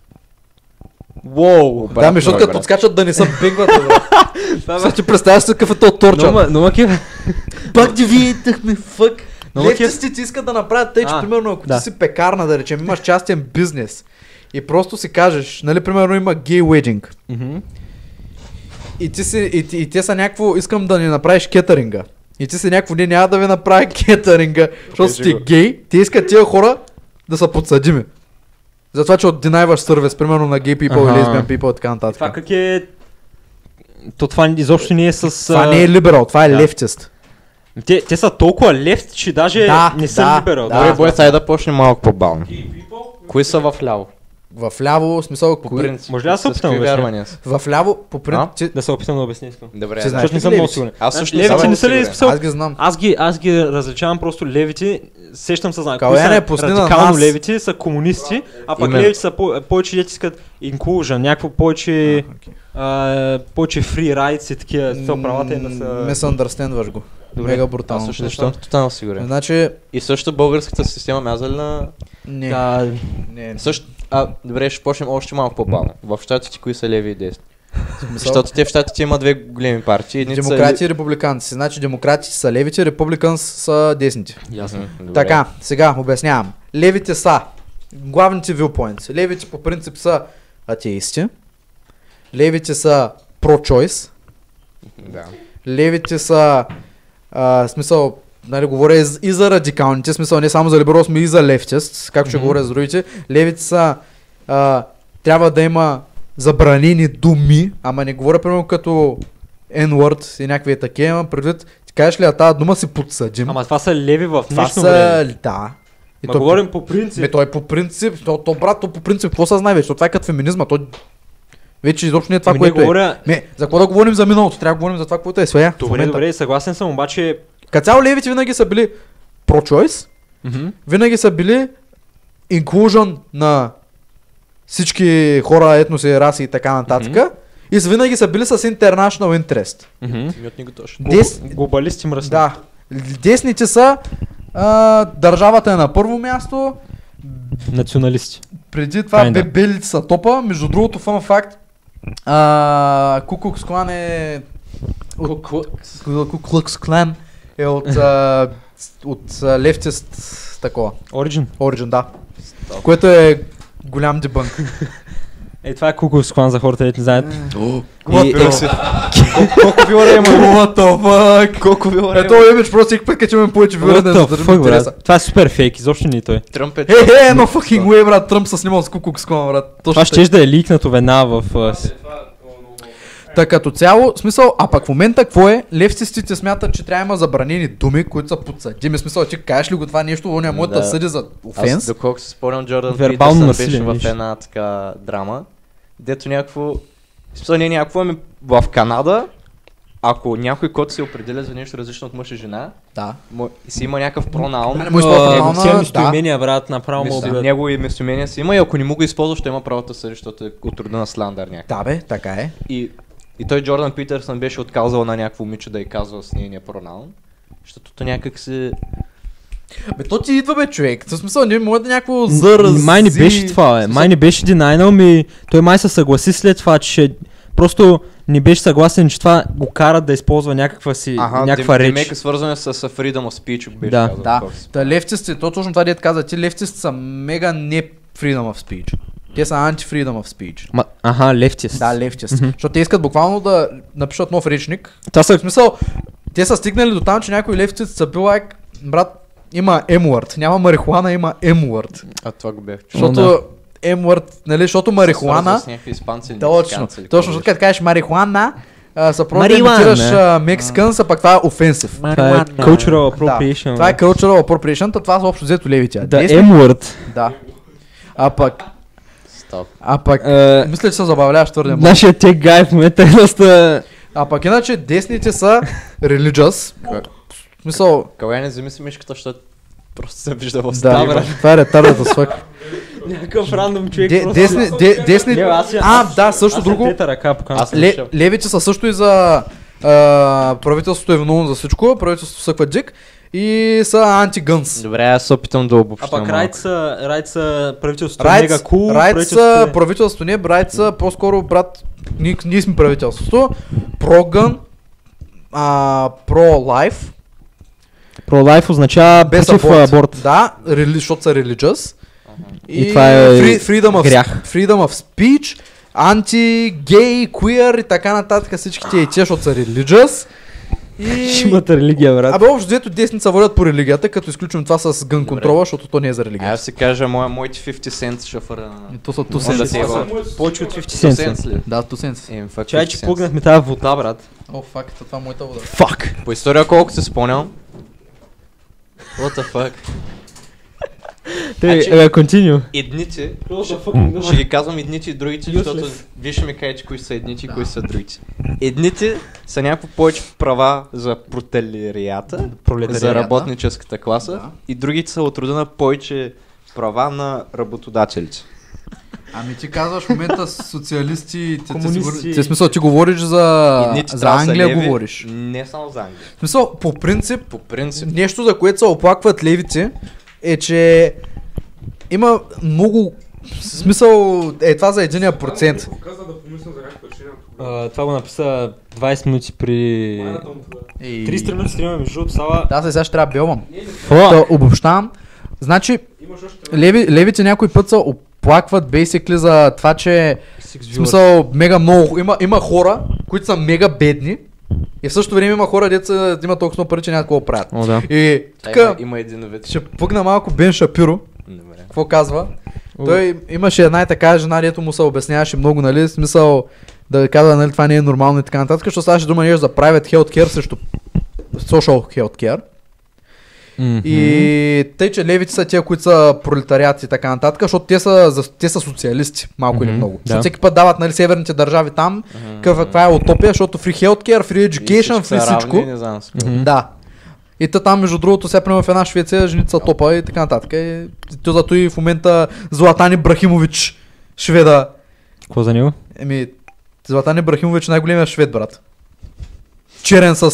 [SPEAKER 4] Уоу, брат,
[SPEAKER 2] Да, между другото,
[SPEAKER 4] мой
[SPEAKER 2] като
[SPEAKER 4] брат.
[SPEAKER 2] подскачат да не са бегват, бе, брат. Сега ти представяш се какъв е то
[SPEAKER 9] Но,
[SPEAKER 2] торча.
[SPEAKER 9] ма- но, ма кеф-
[SPEAKER 2] Пак ти видяхме, фък.
[SPEAKER 9] Но ма кеф-
[SPEAKER 2] Левците искат да направят тъй, че
[SPEAKER 9] А,
[SPEAKER 2] примерно ако
[SPEAKER 9] да.
[SPEAKER 2] ти си пекарна, да речем, имаш частен бизнес и просто си кажеш, нали, примерно има гей уединг.
[SPEAKER 9] Мгм.
[SPEAKER 2] И, ти си, и, ти- и те са някакво, искам да ни направиш кетеринга. И ти си някакво, не, няма да ви направя кетеринга, защото
[SPEAKER 4] Кажи
[SPEAKER 2] сте
[SPEAKER 4] го.
[SPEAKER 2] гей. Те искат тия хора да са подсъдими. За това, че отдинайваш сервис, примерно на гей people
[SPEAKER 9] Аха.
[SPEAKER 2] или lesbian people и така нататък.
[SPEAKER 9] Това как е... То това изобщо не е с...
[SPEAKER 2] Това
[SPEAKER 9] а,
[SPEAKER 2] не е либерал, това е
[SPEAKER 9] да.
[SPEAKER 2] лефтист.
[SPEAKER 9] Те, те са толкова лефт, че даже
[SPEAKER 2] Да,
[SPEAKER 9] не са
[SPEAKER 2] да,
[SPEAKER 9] либерал.
[SPEAKER 2] да.
[SPEAKER 4] Добре, бой, тай да почнем малко по-бавно.
[SPEAKER 1] Gay people.
[SPEAKER 4] Кои са в ляво?
[SPEAKER 2] В ляво, в смисъл,
[SPEAKER 4] По
[SPEAKER 2] кои-
[SPEAKER 4] принцип.
[SPEAKER 9] Може ли да се
[SPEAKER 4] С
[SPEAKER 9] опитам,
[SPEAKER 4] какви
[SPEAKER 9] обясня?
[SPEAKER 4] вярвания са?
[SPEAKER 2] в ляво, по
[SPEAKER 4] А?
[SPEAKER 2] принцип, ти-
[SPEAKER 9] Да се опитам да обясня искам.
[SPEAKER 4] Добре,
[SPEAKER 2] Ти
[SPEAKER 4] да.
[SPEAKER 2] знаеш. Нали?
[SPEAKER 9] Защото не
[SPEAKER 2] ли
[SPEAKER 9] съм много
[SPEAKER 2] левите?
[SPEAKER 9] сигурен.
[SPEAKER 4] Аз също не
[SPEAKER 9] Левите
[SPEAKER 4] съм
[SPEAKER 9] не са ли
[SPEAKER 4] сигурен.
[SPEAKER 9] смисъл?
[SPEAKER 2] аз ги знам.
[SPEAKER 9] Аз ги, аз ги различавам просто левите, сещам се знак.
[SPEAKER 2] Калояне,
[SPEAKER 9] Кои са
[SPEAKER 2] пусни на
[SPEAKER 9] радикално
[SPEAKER 2] нас.
[SPEAKER 9] левите са комунисти, а пък
[SPEAKER 4] Именно.
[SPEAKER 9] левите са по- повече дете искат инклужа, някакво повече, а, повече фри райдс и такива, то правата им да
[SPEAKER 2] Ме
[SPEAKER 9] са...
[SPEAKER 2] се understandваш го. Мега
[SPEAKER 4] Аз
[SPEAKER 2] брутално.
[SPEAKER 4] също не съм тотално сигурен.
[SPEAKER 2] Значи,
[SPEAKER 4] И също българската система мяза ли на...
[SPEAKER 2] не.
[SPEAKER 9] Да,
[SPEAKER 2] не.
[SPEAKER 4] Също... А, добре, ще почнем още малко по-бавно. В щатите кои са леви и десни?
[SPEAKER 2] Смисъл,
[SPEAKER 4] Защото те в щатите има две големи партии. е- Едните са
[SPEAKER 2] Демократи и републиканци. Значи демократи са левите, републиканс са десните.
[SPEAKER 4] ле- Ясно. Добре.
[SPEAKER 2] Така, сега обяснявам. Левите са главните viewpoints. Левите по принцип са атеисти. Левите са pro-choice.
[SPEAKER 4] Да.
[SPEAKER 2] Левите са, а, в смисъл, нали, говоря и, з- и за радикалните, в смисъл не само за либерал, сме и за лефтист, както ще
[SPEAKER 9] Мгм.
[SPEAKER 2] говоря за другите. Левите са, а, трябва да има забранени думи, ама не говоря примерно като N-word и някакви такива, ама предвид, ти кажеш ли, а тази дума си подсъдим.
[SPEAKER 9] ама това са леви в
[SPEAKER 2] това
[SPEAKER 9] днешно
[SPEAKER 2] са,
[SPEAKER 9] време.
[SPEAKER 2] да. И
[SPEAKER 9] Ма
[SPEAKER 2] то-
[SPEAKER 9] говорим по принцип.
[SPEAKER 2] Ме, той по принцип, то, то брат, то по принцип, какво се знае вече? То това е като феминизма, то вече изобщо не е това,
[SPEAKER 9] Ами не
[SPEAKER 2] което е.
[SPEAKER 9] говоря...
[SPEAKER 2] Ме, за какво да говорим за миналото? Трябва да говорим за това, което е сега. в
[SPEAKER 9] Добре,
[SPEAKER 2] момента.
[SPEAKER 9] добре, съгласен съм, обаче...
[SPEAKER 2] Като цяло левите винаги са били pro-choice, винаги са били inclusion на всички хора, етноси, раси и така нататък.
[SPEAKER 9] Мгм.
[SPEAKER 2] И с- винаги са били с international interest.
[SPEAKER 9] Мгм.
[SPEAKER 4] Ми от него точно.
[SPEAKER 2] Дес...
[SPEAKER 9] Глобалисти мръсни.
[SPEAKER 2] Да. Десните са а, държавата е на първо място,
[SPEAKER 9] Националисти.
[SPEAKER 2] преди това
[SPEAKER 9] Kinda.
[SPEAKER 2] бе белите са топа. Между другото, фън факт, а, Кукукс Клан е... От, Кукукс Клан е от, а, с- от а, лефтист такова.
[SPEAKER 9] Origin.
[SPEAKER 2] Origin, да. Което е голям дебънк.
[SPEAKER 9] Е, това е куков склан за хората, дето не знаят.
[SPEAKER 4] И екси. Колко вилара
[SPEAKER 9] Е,
[SPEAKER 4] има? What the fuck? Колко вилара
[SPEAKER 2] Ето
[SPEAKER 4] има?
[SPEAKER 2] Е, имидж, просто всеки път, като имаме повече вилара,
[SPEAKER 9] What
[SPEAKER 2] да
[SPEAKER 9] the
[SPEAKER 2] задържим
[SPEAKER 9] fuck,
[SPEAKER 2] интереса.
[SPEAKER 9] брат? Това е супер фейк, изобщо не е той.
[SPEAKER 4] Тръмп е
[SPEAKER 2] Е, е, но fucking way, брат, Тръмп се снимал с кукук склон, брат. Точно
[SPEAKER 9] Това
[SPEAKER 2] така.
[SPEAKER 9] ще да е ликнато веднага в... а, с-
[SPEAKER 2] Та като цяло, смисъл, а пък в момента какво е? Левцистите смятат, че трябва да има забранени думи, които са подсъдими. Смисъл, че кажеш ли го това нещо, он не може да
[SPEAKER 4] Да.
[SPEAKER 2] съди за
[SPEAKER 4] Аз,
[SPEAKER 2] офенс.
[SPEAKER 4] доколко се спомням, Джордан
[SPEAKER 9] Вербално
[SPEAKER 4] Питерсън
[SPEAKER 9] насилие,
[SPEAKER 4] беше в
[SPEAKER 9] виж.
[SPEAKER 4] една така драма, дето някакво... в Смисъл не някакво, ами в Канада, ако някой код се определя за нещо различно от мъж и жена,
[SPEAKER 2] Да.
[SPEAKER 4] му- си има някакъв пронаун,
[SPEAKER 2] Не му използва
[SPEAKER 9] А,
[SPEAKER 2] нормална-
[SPEAKER 9] тия
[SPEAKER 2] да.
[SPEAKER 9] местоимения, брат, направо му
[SPEAKER 4] мис-
[SPEAKER 9] убиват.
[SPEAKER 4] негови местоимения си има и ако не му го използва, ще има правото да съди, защото е от рода на Сландър някакъв.
[SPEAKER 2] Да бе, така е.
[SPEAKER 4] И, и той Джордан Питерсън беше отказал на някакво момиче да й казва с нейния пронаун, защото то някак си...
[SPEAKER 2] Бе, то ти идва бе човек. В смисъл, ние може да някакво
[SPEAKER 9] М,
[SPEAKER 2] зарази.
[SPEAKER 9] Май не беше това, бе. Май не беше динайнал ми. Той май се съгласи след това, че ще- Просто не беше съгласен, че това го кара да използва някаква си, някаква
[SPEAKER 4] Дем-
[SPEAKER 9] реч.
[SPEAKER 4] Демек е свързана с, с Freedom of Speech, беше
[SPEAKER 9] Да.
[SPEAKER 4] казал
[SPEAKER 2] Да.
[SPEAKER 4] такова си.
[SPEAKER 2] Та левцистите, то точно това дете каза, ти левцистите са мега не freedom of speech. Те са anti-freedom of speech.
[SPEAKER 9] Ма, аха, лефтист.
[SPEAKER 2] Да, левчест. Защото те искат буквално да напишат нов речник,
[SPEAKER 9] Това са
[SPEAKER 2] В смисъл, те са стигнали до там, че някои левците са бил лайк, брат, има M-word. Няма марихуана, има M-word.
[SPEAKER 4] А това го бях чул.
[SPEAKER 2] Защото
[SPEAKER 9] О,
[SPEAKER 2] M-word, нали, защото марихуана...
[SPEAKER 4] Свързва с някакви испанци или
[SPEAKER 2] Точно,
[SPEAKER 4] мексиканци или
[SPEAKER 2] точно,
[SPEAKER 4] какво
[SPEAKER 2] защото като кажеш марихуана, а, са просто
[SPEAKER 9] Марихуана.
[SPEAKER 2] имитираш мексикан, са пак това е офенсив.
[SPEAKER 9] това е cultural appropriation.
[SPEAKER 2] това е
[SPEAKER 9] бе.
[SPEAKER 2] cultural appropriation, та това са общо взето левите.
[SPEAKER 9] Да,
[SPEAKER 2] Десни-
[SPEAKER 9] M-word.
[SPEAKER 2] Да. А пък,
[SPEAKER 4] беше. Стоп.
[SPEAKER 2] а пък,
[SPEAKER 9] Е,
[SPEAKER 2] мисля, че се забавляваш твърде много.
[SPEAKER 9] Нашия тек гай в момента е доста...
[SPEAKER 2] А пък иначе десните са religious. В смисъл,
[SPEAKER 4] Кога не вземи си мишката, защото просто се вижда в
[SPEAKER 2] да,
[SPEAKER 4] стаба.
[SPEAKER 2] брат, това е ретардата свък.
[SPEAKER 9] Някакъв рандом
[SPEAKER 2] Де- Десни, де- десни...
[SPEAKER 9] Не, бе, аз я-
[SPEAKER 2] А, да, също друго.
[SPEAKER 9] Тета ръка покана.
[SPEAKER 4] Аз
[SPEAKER 2] Ле,
[SPEAKER 4] слушам.
[SPEAKER 2] левите са също и за а, правителството е виновно за всичко, правителството съква дик и са антигънс.
[SPEAKER 4] Добре, аз се опитам да
[SPEAKER 9] А
[SPEAKER 4] обобщя
[SPEAKER 9] пък
[SPEAKER 4] малко.
[SPEAKER 9] Райт са, Райт са правителството е
[SPEAKER 2] Райт,
[SPEAKER 9] мега кул, е-
[SPEAKER 2] Райт са правителство, не, Райт са по-скоро брат, ние, ние сме правителството, прогън, а, pro-life,
[SPEAKER 9] Пролайф означава
[SPEAKER 2] без
[SPEAKER 9] против
[SPEAKER 2] аборт,
[SPEAKER 9] аборт.
[SPEAKER 2] да, рели, защото са religious, и,
[SPEAKER 9] това е
[SPEAKER 2] free- freedom, of,
[SPEAKER 9] грях.
[SPEAKER 2] freedom of speech, анти, гей, queer и така нататък всички тия и тия, защото са religious. И...
[SPEAKER 9] Шимата религия, брат.
[SPEAKER 2] Абе, общо взето десница водят по религията, като изключим това с гън контрола, защото то не е за
[SPEAKER 4] А
[SPEAKER 2] религия.
[SPEAKER 4] аз си кажа, моя, моите 50 cent ще фърна на...
[SPEAKER 2] То са ту
[SPEAKER 4] Може да е
[SPEAKER 2] сенс.
[SPEAKER 4] се ева.
[SPEAKER 9] Повече от 50
[SPEAKER 4] 50
[SPEAKER 9] cents.
[SPEAKER 4] cent ли?
[SPEAKER 2] Да, ту сенс.
[SPEAKER 4] Ем, фак,
[SPEAKER 9] Чай,
[SPEAKER 4] 50
[SPEAKER 9] че
[SPEAKER 4] cents.
[SPEAKER 9] пугнахме тази вода, брат.
[SPEAKER 2] О, факт, това е моята вода.
[SPEAKER 9] Фак!
[SPEAKER 4] По история колко се спомням. What the fuck?
[SPEAKER 9] Те,
[SPEAKER 4] Значи-
[SPEAKER 9] е, континю.
[SPEAKER 4] Едните, ще ги казвам едните и другите, защото вие ще ми кажете кои са едните и кои са другите. Едните са някакво повече права за протелерията, за работническата класа
[SPEAKER 2] Да.
[SPEAKER 4] и другите са от рода на повече права на работодателите.
[SPEAKER 2] Ами ти казваш в момента социалисти и те- те
[SPEAKER 9] Комунисти.
[SPEAKER 2] сигурно- Ти в смисъл, ти говориш за,
[SPEAKER 4] Едните
[SPEAKER 2] за
[SPEAKER 4] трябва да са
[SPEAKER 2] Англия,
[SPEAKER 4] леви,
[SPEAKER 2] говориш.
[SPEAKER 4] Не само за Англия.
[SPEAKER 2] В смисъл, по принцип,
[SPEAKER 4] По принцип,
[SPEAKER 2] нещо за което се оплакват левите е, че има много в смисъл е това за единия процент.
[SPEAKER 1] Ако каза да помисля за някаква причина, тогава.
[SPEAKER 9] Това го написа 20 минути при...
[SPEAKER 1] Май на тон тогава.
[SPEAKER 2] И-
[SPEAKER 9] 300 минути стрима между другото, Сава.
[SPEAKER 2] Да, сега ще трябва да белвам.
[SPEAKER 9] Фак!
[SPEAKER 2] Да обобщавам. Значи,
[SPEAKER 1] Имаш още
[SPEAKER 2] леви, левите някой път се оплакват basically за това, че в смисъл мега много, има, има хора, които са мега бедни и в същото време има хора, деца имат толкова много пари, че няма какво да правят.
[SPEAKER 9] О, да.
[SPEAKER 2] И
[SPEAKER 4] Та
[SPEAKER 2] тук
[SPEAKER 4] е, има, има един вид.
[SPEAKER 2] ще пъгна малко Бен Шапиро,
[SPEAKER 4] Добре.
[SPEAKER 2] какво казва. Той имаше една и така жена, дето му се обясняваше много, нали, в смисъл да казва, нали, това не е нормално и така нататък, защото ставаше дума нещо за private healthcare срещу social healthcare. И тъй, че левите са тия, които са пролетариати и така нататък, защото те са, за- те са социалисти, малко или
[SPEAKER 9] Мгм,
[SPEAKER 2] много.
[SPEAKER 9] да.
[SPEAKER 2] Защото всеки път дават нали, северните държави там, каква каква е утопия, защото free healthcare, free education,
[SPEAKER 4] И всички
[SPEAKER 2] free
[SPEAKER 4] са
[SPEAKER 2] всичко.
[SPEAKER 4] равни, не знам. с-
[SPEAKER 2] Да. И та там, между другото, сега примерно в една Швеция, жените са топа и така нататък. И, то зато и в момента Златан Ибрахимович, шведа.
[SPEAKER 9] Какво за него?
[SPEAKER 2] Еми, Златан Ибрахимович е най-големия швед, брат. Черен с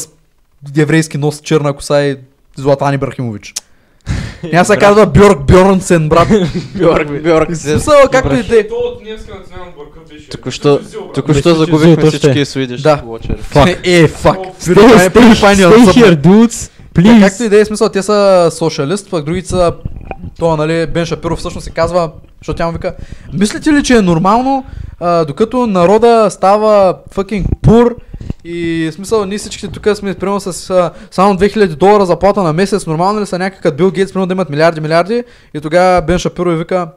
[SPEAKER 2] еврейски нос, черна коса и Златан Ибрахимович. Няма се казва Бьорк Бьорнсен, брат.
[SPEAKER 4] Бьорк, Бьорк.
[SPEAKER 2] Смисъл, както и е. те.
[SPEAKER 1] То от немска национална отборка беше.
[SPEAKER 4] Току-що,
[SPEAKER 1] Като взел, брат.
[SPEAKER 4] току-що
[SPEAKER 9] Мисля, че
[SPEAKER 4] загубихме
[SPEAKER 9] злото ще е.
[SPEAKER 4] всички свидеш.
[SPEAKER 2] Да. Е, фак.
[SPEAKER 9] Stay, stay, stay here, dudes!
[SPEAKER 2] Та,
[SPEAKER 9] Please!
[SPEAKER 2] Както и да е смисъл, те са социалист, пък другите са... Това, нали, Бен Шапиров всъщност се казва Защото тя му вика, мислите ли, че е нормално, а, докато народа става fucking пур и в смисъл ние всичките тук сме примерно с а, само 2000 долара заплата на месец, нормално ли са някакъв Бил Гейтс, примерно да имат милиарди, милиарди и тогава Бен Шапиро и вика,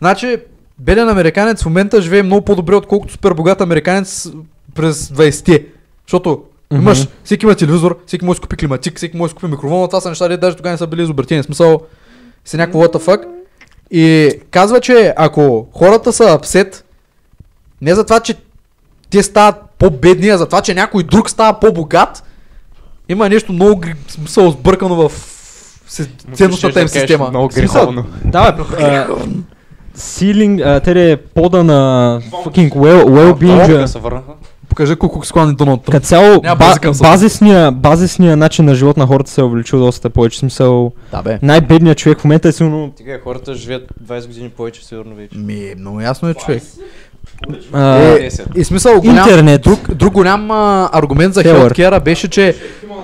[SPEAKER 2] значи беден американец в момента живее много по-добре, отколкото супер богат американец през 20-те. Защото
[SPEAKER 9] Мгм.
[SPEAKER 2] имаш, всеки има телевизор, всеки може да си купи климатик, всеки може да си купи микрофон, това са неща, дето даже тогава не са били изобретени. В Смисъл, си някакво what the fuck. И казва, че ако хората са апсет, не за това, че те стават по-бедни, а за това, че някой друг става по-богат, има нещо много гри- в смисъл сбъркано в се- ценностната им система.
[SPEAKER 4] Много
[SPEAKER 9] В смисъл,
[SPEAKER 4] греховно.
[SPEAKER 9] Да, бе. Силинг, тере пода на fucking well, well-being.
[SPEAKER 4] се върнаха.
[SPEAKER 2] Покажи колко склани Доналд Тръмп.
[SPEAKER 9] Като цяло
[SPEAKER 2] Няма
[SPEAKER 9] ба-
[SPEAKER 2] базика, съм.
[SPEAKER 9] базисния, базисния начин на живот на хората се е увеличил доста повече. В Смисъл,
[SPEAKER 2] Да бе.
[SPEAKER 9] най-бедният човек в момента е сигурно
[SPEAKER 4] Тега хората живеят 20 години повече, сигурно вече.
[SPEAKER 2] Ми, много ясно е човек.
[SPEAKER 9] а,
[SPEAKER 2] Е,
[SPEAKER 4] 10.
[SPEAKER 2] И смисъл голям,
[SPEAKER 9] интернет.
[SPEAKER 2] друг, друг голям а, аргумент за
[SPEAKER 9] Хелър.
[SPEAKER 2] хелткера беше, че
[SPEAKER 1] Human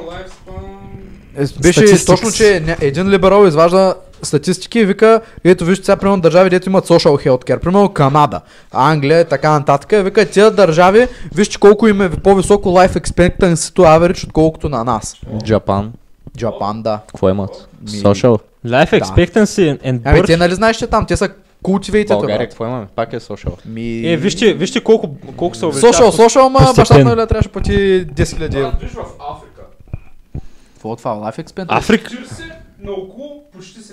[SPEAKER 1] lifespan...
[SPEAKER 2] Е, Беше
[SPEAKER 9] Statistics.
[SPEAKER 2] точно, че ня- един либерал изважда статистики и вика, ето вижте сега, примерно държави, дето имат social healthcare, примерно Канада, Англия и така нататък, и вика, тия държави, вижте колко им е по-високо life expectancy to average, отколкото на нас.
[SPEAKER 4] Джапан.
[SPEAKER 2] Джапан, да.
[SPEAKER 4] Какво имат?
[SPEAKER 2] Ми-
[SPEAKER 4] Social.
[SPEAKER 9] Life expectancy and
[SPEAKER 2] Ами те
[SPEAKER 9] birth.
[SPEAKER 2] нали знаеш, че там, те са cultivated.
[SPEAKER 4] България,
[SPEAKER 2] брат.
[SPEAKER 4] какво имаме? Пак е social.
[SPEAKER 2] Ми...
[SPEAKER 9] Е, вижте, вижте колко, колко се увеличава.
[SPEAKER 2] Social, social, ма бащата
[SPEAKER 9] постепенно.
[SPEAKER 2] на Илья трябваше да плати 10 000 евро.
[SPEAKER 1] Брат, виж в Африка.
[SPEAKER 2] Какво е това, life expectancy?
[SPEAKER 9] Африка.
[SPEAKER 1] 40 на около почти 70.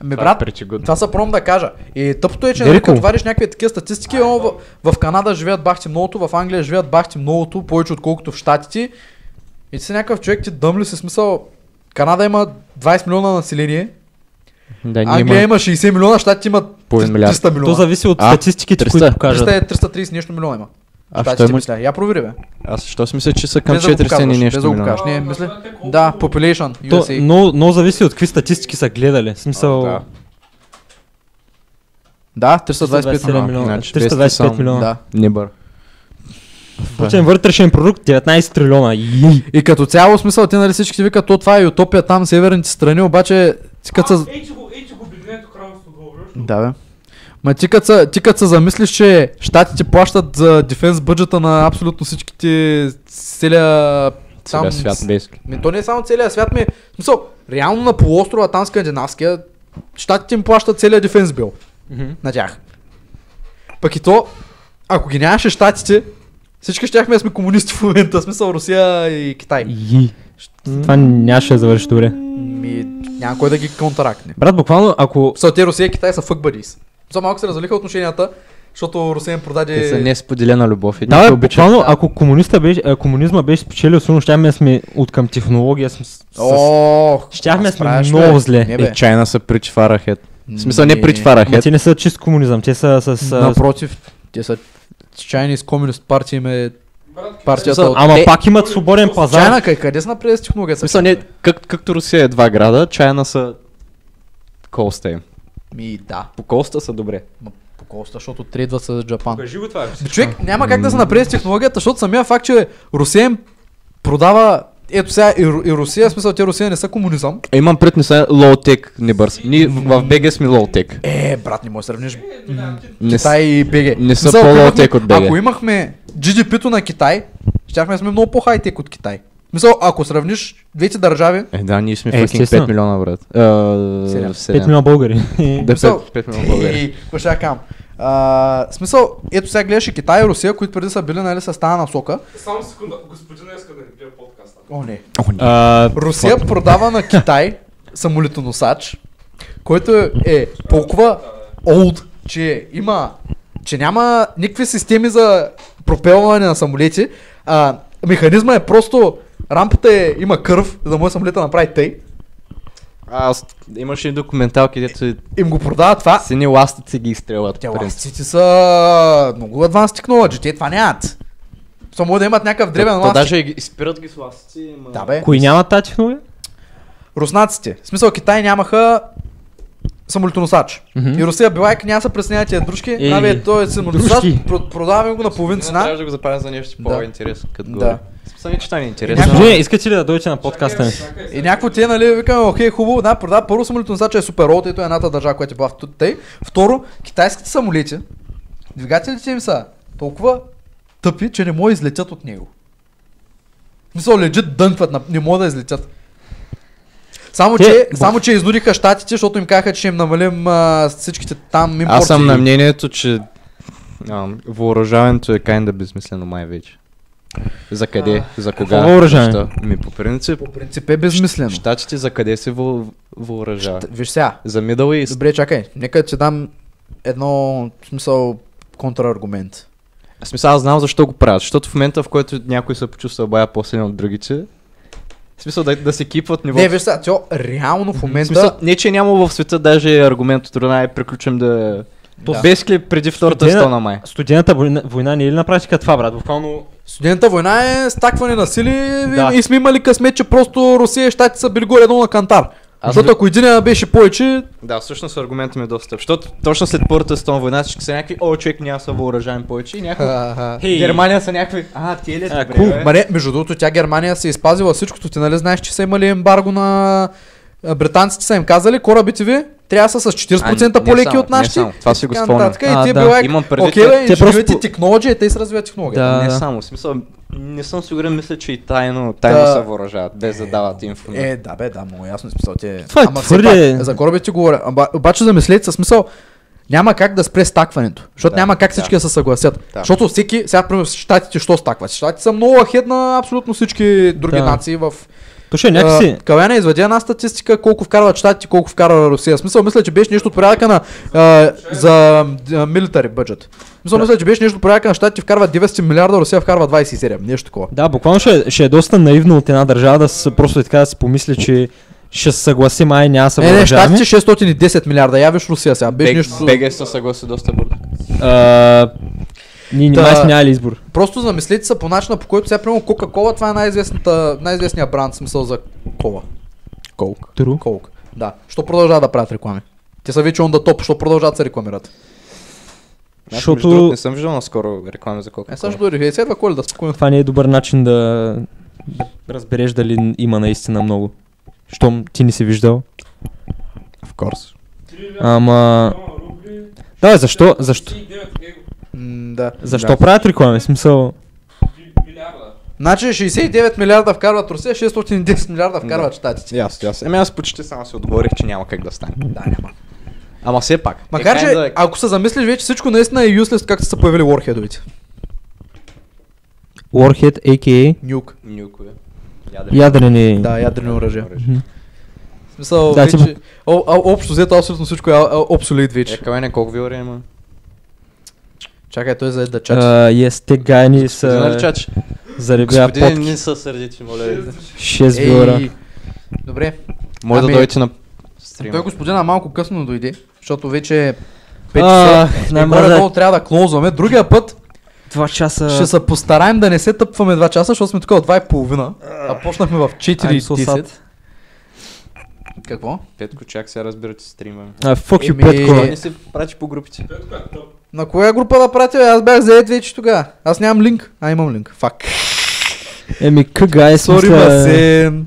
[SPEAKER 2] Ами
[SPEAKER 9] е
[SPEAKER 2] брат,
[SPEAKER 4] пречи го.
[SPEAKER 2] Това са пром да кажа. И тъпото е, че
[SPEAKER 9] Very
[SPEAKER 2] нали,
[SPEAKER 9] cool.
[SPEAKER 2] като вариш някакви такива статистики, о, в, в Канада живеят бахти многото, в Англия живеят бахти многото, повече отколкото в Штатите. И ти си някакъв човек, ти дъмли си смисъл. Канада има 20 милиона население,
[SPEAKER 4] Да,
[SPEAKER 2] Англия има 60 милиона, Штатите имат
[SPEAKER 4] Половин милиард.
[SPEAKER 2] 300
[SPEAKER 9] То
[SPEAKER 2] милиона.
[SPEAKER 9] зависи от
[SPEAKER 4] А,
[SPEAKER 9] статистиките,
[SPEAKER 4] 300.
[SPEAKER 9] които покажат.
[SPEAKER 2] 300 е 330 нещо милиона има.
[SPEAKER 4] А
[SPEAKER 2] Щатите,
[SPEAKER 4] що има-
[SPEAKER 2] мисля. Я провери, бе.
[SPEAKER 4] Аз защо си мисля, че са към
[SPEAKER 2] Без да го
[SPEAKER 4] 400
[SPEAKER 2] показваш,
[SPEAKER 4] и
[SPEAKER 2] без да
[SPEAKER 4] нещо
[SPEAKER 2] го
[SPEAKER 4] милиона?
[SPEAKER 2] Аз не
[SPEAKER 1] А,
[SPEAKER 2] мисля.
[SPEAKER 1] ама знаете колко-
[SPEAKER 2] Да, population,
[SPEAKER 9] То,
[SPEAKER 2] USA.
[SPEAKER 9] но, но зависи от какви статистики са гледали. В Смисъл,
[SPEAKER 4] да.
[SPEAKER 2] Да,
[SPEAKER 9] 327
[SPEAKER 2] 325 милиона.
[SPEAKER 9] милиона.
[SPEAKER 4] Значи 200
[SPEAKER 9] 325
[SPEAKER 4] само.
[SPEAKER 9] милиона.
[SPEAKER 2] Да.
[SPEAKER 4] Не бър.
[SPEAKER 9] Брутен вътрешен продукт 19 трилиона. И...
[SPEAKER 2] И като цяло смисъл, ти нали всички ти викат, то това е утопия там, северните страни, обаче ти като
[SPEAKER 1] А,
[SPEAKER 2] са...
[SPEAKER 1] Ей, че го, ей, че го Обединеното кралство добре.
[SPEAKER 2] Да, бе. Ма ти като са, ти като се замислиш, че щатите плащат за дефенс бъджета на абсолютно всичките с целия...
[SPEAKER 4] Целия свят
[SPEAKER 2] с-
[SPEAKER 4] близки.
[SPEAKER 2] Ми, то не е само целия свят, ми... В смисъл, реално на полуострова там скандинавския, щатите им плащат целия дефенс бил на тях. Пък и то, ако ги нямаше щатите, всички щяхме да сме комунисти в момента, в смисъл Русия и Китай.
[SPEAKER 9] И... Това нямаше да завърши добре.
[SPEAKER 2] Ми, няма кой да ги контрактне.
[SPEAKER 9] Брат, буквално, ако...
[SPEAKER 2] Са, те Русия и Китай са fuck buddies. Са малко се развалиха отношенията, защото Русия им продаде...
[SPEAKER 4] Те са несподелена любов. Едни
[SPEAKER 9] Да,
[SPEAKER 4] се
[SPEAKER 9] бе,
[SPEAKER 4] обичат.
[SPEAKER 9] буквално, ако комуниста беше, а, комунизма беше спечелил, сигурно щяхме да сме от към технология. Сме, с, с,
[SPEAKER 2] О,
[SPEAKER 9] щяхме да сме
[SPEAKER 2] справяш,
[SPEAKER 9] много
[SPEAKER 2] бе.
[SPEAKER 9] зле.
[SPEAKER 2] Не, бе.
[SPEAKER 4] Е, чайна са причварахет. В смисъл не
[SPEAKER 9] Ама
[SPEAKER 4] причварахет.
[SPEAKER 9] те не са чист комунизъм, те са с... с
[SPEAKER 2] Напротив, те са Chinese Communist Party им е
[SPEAKER 1] Брат,
[SPEAKER 2] партията от...
[SPEAKER 9] Ама
[SPEAKER 4] Те-
[SPEAKER 9] пак имат свободен пазар.
[SPEAKER 2] Чайна, къ- къде са напред с технологията?
[SPEAKER 4] В смисъл не, как, както Русия е 2 града, чайна са Колста им.
[SPEAKER 2] Ми да,
[SPEAKER 4] По Колста са добре.
[SPEAKER 2] по коста, защото трейдват с Джапан.
[SPEAKER 3] Кажи го това.
[SPEAKER 2] Бе, Човек няма как да се напред с технологията, защото самия факт, че Русия им продава... Ето сега и, Ру- и Русия, в смисъл те Русия не са комунизъм.
[SPEAKER 4] Е, имам пред не са лоу-тек, не бърз. Ние в в БГ сме лоу-тек.
[SPEAKER 2] Е, брат, не може да сравниш
[SPEAKER 4] Не с-
[SPEAKER 2] Китай и БГ.
[SPEAKER 4] не са
[SPEAKER 2] Мисъл, ако
[SPEAKER 4] по-лоутек
[SPEAKER 2] имахме-
[SPEAKER 4] от BG.
[SPEAKER 2] Ако имахме GDP-то на Китай, щяхме да сме много по-хайтек от Китай. Мисъл, ако сравниш двете държави,
[SPEAKER 4] Е, да, ние сме
[SPEAKER 9] Е,
[SPEAKER 4] fucking
[SPEAKER 9] естествено.
[SPEAKER 4] 5 милиона, брат. Е,
[SPEAKER 2] Седем.
[SPEAKER 4] 7.
[SPEAKER 9] 5 милиона българи.
[SPEAKER 4] Да,
[SPEAKER 2] Мисъл-
[SPEAKER 4] 5 милиона българи.
[SPEAKER 2] и какво ще я кам. А, смисъл, ето сега гледаш и Китай и Русия, които преди са били нали, с тази насока.
[SPEAKER 1] Само секунда, господина иска да ни гледа подкаста.
[SPEAKER 2] О, не.
[SPEAKER 9] А,
[SPEAKER 2] Русия продава на Китай самолетоносач, който е толкова old, че има, че няма никакви системи за пропелване на самолети. А, механизма е просто рампата е, има кръв, за да може самолета да направи тъй.
[SPEAKER 4] Аз имаше и документал, където
[SPEAKER 2] Им го продава това.
[SPEAKER 4] сини ластици ги изстрелват.
[SPEAKER 2] Те
[SPEAKER 4] в принцип.
[SPEAKER 2] ластици са много advanced technology, те това нямат. Само да имат някакъв древен
[SPEAKER 4] То
[SPEAKER 2] ластик.
[SPEAKER 4] даже и ги изпират ги с ластици. ма-
[SPEAKER 2] Да бе.
[SPEAKER 9] кои няма тази технология?
[SPEAKER 2] Руснаците. В смисъл Китай нямаха самолетоносач. И Русия била и няма се преснява тия дружки.
[SPEAKER 9] Е,
[SPEAKER 2] Абе, той е самолетоносач,
[SPEAKER 9] дружки.
[SPEAKER 2] про- продаваме го на половин
[SPEAKER 4] Трябва
[SPEAKER 2] цена.
[SPEAKER 4] да го запазя за нещо
[SPEAKER 2] Да.
[SPEAKER 4] по-интересно, като
[SPEAKER 2] Да.
[SPEAKER 4] говоря. Смисъл не, че това не е интересно.
[SPEAKER 9] Господине, искате ли да дойдете на подкаста ми?
[SPEAKER 2] И някакво ти е, нали, викаме, окей, хубаво, да, продава първо самолетоносача е супер рот, ето е едната държава, която е била в тут- тъй. Второ, китайските самолети, двигателите им са толкова тъпи, че не могат да излетят от него. В Смисъл, лежит дънкват, на- не могат да излетят.
[SPEAKER 4] Е,
[SPEAKER 2] Само
[SPEAKER 9] Те-
[SPEAKER 2] че,
[SPEAKER 9] бо-
[SPEAKER 2] само, че изнудиха щатите, защото им казаха, че ще им намалим а, всичките там импорти.
[SPEAKER 4] Аз съм на мнението, че ам, въоръжаването е kinda безмислено май вече. За къде? За кога?
[SPEAKER 9] въоръжаване?
[SPEAKER 4] защо? Ми по принцип,
[SPEAKER 2] По принцип е безмислено.
[SPEAKER 4] щатите за къде се въ- въоръжават?
[SPEAKER 2] Виж сега,
[SPEAKER 4] За Middle East.
[SPEAKER 2] добре, чакай, нека ти дам едно, в смисъл, контраргумент.
[SPEAKER 4] В смисъл, аз знам защо го правят. Защото в момента, в който някой се почувства бая по-силен от другите, в смисъл да, да се кипват нивото.
[SPEAKER 2] Не, виж сега, тя реално в
[SPEAKER 4] в смисъл,
[SPEAKER 2] момента...
[SPEAKER 4] не, че няма в света даже аргумент от рода, е приключим да...
[SPEAKER 2] То
[SPEAKER 4] Да. Без клип преди втората
[SPEAKER 9] Студена-
[SPEAKER 4] стона май.
[SPEAKER 9] Студената война- война не е ли на практика това, брат? Буквално
[SPEAKER 2] Студента война е стакване на сили
[SPEAKER 9] Да.
[SPEAKER 2] и, и сме имали късмет, че просто Русия и Штати са били горе едно на кантар.
[SPEAKER 4] Аз
[SPEAKER 2] Защото
[SPEAKER 4] ви-
[SPEAKER 2] ако един беше повече,
[SPEAKER 4] Да, всъщност аргументът ми е доста. тъп, Защото точно след първата стон война всички са някакви, о, човек няма да се въоръжаем повече и някакви.
[SPEAKER 9] Хей.
[SPEAKER 4] Германия са някакви. А, ти ли? е
[SPEAKER 9] А,
[SPEAKER 4] Добре,
[SPEAKER 9] кул,
[SPEAKER 4] бе.
[SPEAKER 2] Ма не, между другото, тя Германия се е изпазила всичкото. Ти нали знаеш, че са имали ембарго на а, британците са им казали, корабите ви трябва да са с 40%
[SPEAKER 4] А, не
[SPEAKER 2] по-леки
[SPEAKER 4] само,
[SPEAKER 2] от нашите.
[SPEAKER 4] не само. Това си го
[SPEAKER 2] Така
[SPEAKER 4] спомням.
[SPEAKER 2] нататък.
[SPEAKER 4] А,
[SPEAKER 2] И ти е
[SPEAKER 4] да.
[SPEAKER 2] била
[SPEAKER 4] Имам предвид,
[SPEAKER 2] окей,
[SPEAKER 4] те
[SPEAKER 2] бе, инженерите
[SPEAKER 4] просто-
[SPEAKER 2] технология, те се развиват технология.
[SPEAKER 4] Да,
[SPEAKER 8] Да,
[SPEAKER 9] е
[SPEAKER 4] не
[SPEAKER 8] да.
[SPEAKER 4] само. В смисъл, не съм сигурен, мисля, че и тайно, тайно
[SPEAKER 2] Да.
[SPEAKER 4] се въоръжават, без да дават инфо.
[SPEAKER 2] Е, да бе, да, много ясно е смисъл. Те...
[SPEAKER 9] Това е
[SPEAKER 2] все
[SPEAKER 9] твърде-
[SPEAKER 2] пак, за корабите говоря. Аба, обаче замислете със смисъл. Няма как да спре стакването, защото
[SPEAKER 4] Да,
[SPEAKER 2] няма как
[SPEAKER 4] да.
[SPEAKER 2] всички да, се съгласят.
[SPEAKER 4] Да.
[SPEAKER 2] Защото всеки, сега примерно щатите, що стакват? Щатите са много ахед на абсолютно всички други
[SPEAKER 9] Да.
[SPEAKER 2] нации в
[SPEAKER 9] Точно, е някакси...
[SPEAKER 2] а, Каляна изведе една статистика колко вкарват щатите, колко вкарва Русия. В Смисъл, мисля, че беше нещо от порядъка на а, за милитари бюджет. Мисъл, мисля, че беше нещо от порядъка на щатите вкарват 900 милиарда, Русия вкарва 27. Нещо такова.
[SPEAKER 9] Да, буквално ще, е- ще е доста наивно от една държава да се, просто така да си помисли, че ще се съгласи, май няма да се
[SPEAKER 2] Е, Не, не,
[SPEAKER 9] въоръжаваме.
[SPEAKER 2] щатите 610 милиарда. Я виж Русия сега. Беше нещо. с-
[SPEAKER 4] БГ са съгласи доста бързо.
[SPEAKER 9] А, Ние ни
[SPEAKER 2] Та-
[SPEAKER 9] май сме нямали избор.
[SPEAKER 2] Просто замислете се по начина, по който сега, примерно, Кока-Кола, това е най-известната, най-известният бранд, в смисъл за кола. Колк.
[SPEAKER 9] Тру.
[SPEAKER 2] Колк. Да. Що продължават да правят реклами? Те са вече on the top, що продължават да се рекламират.
[SPEAKER 9] Защото
[SPEAKER 4] Не съм виждал наскоро реклами за колко.
[SPEAKER 2] Е, също дори, е, следва коли да спокойно.
[SPEAKER 9] това не е добър начин да разбереш дали има наистина много. Щом ти не си виждал.
[SPEAKER 4] в курс.
[SPEAKER 9] Ама... Да, защо, защо,
[SPEAKER 2] М, да.
[SPEAKER 9] защо
[SPEAKER 2] Да.
[SPEAKER 9] правят реклами? В Смисъл...
[SPEAKER 2] Значи 69 милиарда вкарват Русия, 610 милиарда вкарват
[SPEAKER 4] Да.
[SPEAKER 2] щатите.
[SPEAKER 4] Ясно, ясно. Еми аз почти само си отговорих, че няма как да стане.
[SPEAKER 2] Да, няма.
[SPEAKER 4] Ама все пак.
[SPEAKER 2] Макар,
[SPEAKER 4] е,
[SPEAKER 2] че
[SPEAKER 4] kinda-
[SPEAKER 2] ако се замислиш, вече всичко наистина е useless, както са появили Warhead-овете.
[SPEAKER 9] Warhead, a.k.a.
[SPEAKER 2] Нюк.
[SPEAKER 4] Нюкове.
[SPEAKER 9] ядрени...
[SPEAKER 2] Да, ядрени оръжия.
[SPEAKER 9] Мгм.
[SPEAKER 2] В смисъл,
[SPEAKER 9] Да,
[SPEAKER 2] вече...
[SPEAKER 9] ти
[SPEAKER 2] О, а, общо взето, абсолютно всичко е а- а- obsolete вече.
[SPEAKER 4] Е, Калене, колко ви време има?
[SPEAKER 2] Чакай, той за да чачи.
[SPEAKER 9] А, Yes, те гайни
[SPEAKER 4] Господин
[SPEAKER 9] са
[SPEAKER 4] Аличач,
[SPEAKER 9] заребя
[SPEAKER 4] господин,
[SPEAKER 9] под
[SPEAKER 4] не се сърдите, моля.
[SPEAKER 9] 6 виора.
[SPEAKER 2] Ей, Добре.
[SPEAKER 4] Може да
[SPEAKER 2] Ами-
[SPEAKER 4] дойдете на стрим.
[SPEAKER 2] Той господина малко късно дойде, защото вече е 5 часа.
[SPEAKER 4] Е,
[SPEAKER 9] Ах,
[SPEAKER 2] И горе
[SPEAKER 9] най-мразя
[SPEAKER 2] долу трябва да клоузваме. Другия път
[SPEAKER 9] 2
[SPEAKER 2] ще
[SPEAKER 9] часа...
[SPEAKER 2] се постараем да не се тъпваме 2 часа, защото сме тук от 2.30, а почнахме в
[SPEAKER 9] I'm so
[SPEAKER 2] 4.10.
[SPEAKER 9] sad.
[SPEAKER 2] Какво?
[SPEAKER 4] Петко, чак сега разбирате стрима.
[SPEAKER 9] А, fuck you,
[SPEAKER 2] Еми,
[SPEAKER 9] Петко.
[SPEAKER 2] Е.
[SPEAKER 4] Не се прачи по групите.
[SPEAKER 2] На коя група да пратя? бе? Аз бях заед вече тогава. Аз нямам линк. А, имам линк. Фак.
[SPEAKER 9] Еми, къга е
[SPEAKER 2] Сори,
[SPEAKER 9] смисъл...
[SPEAKER 2] басен.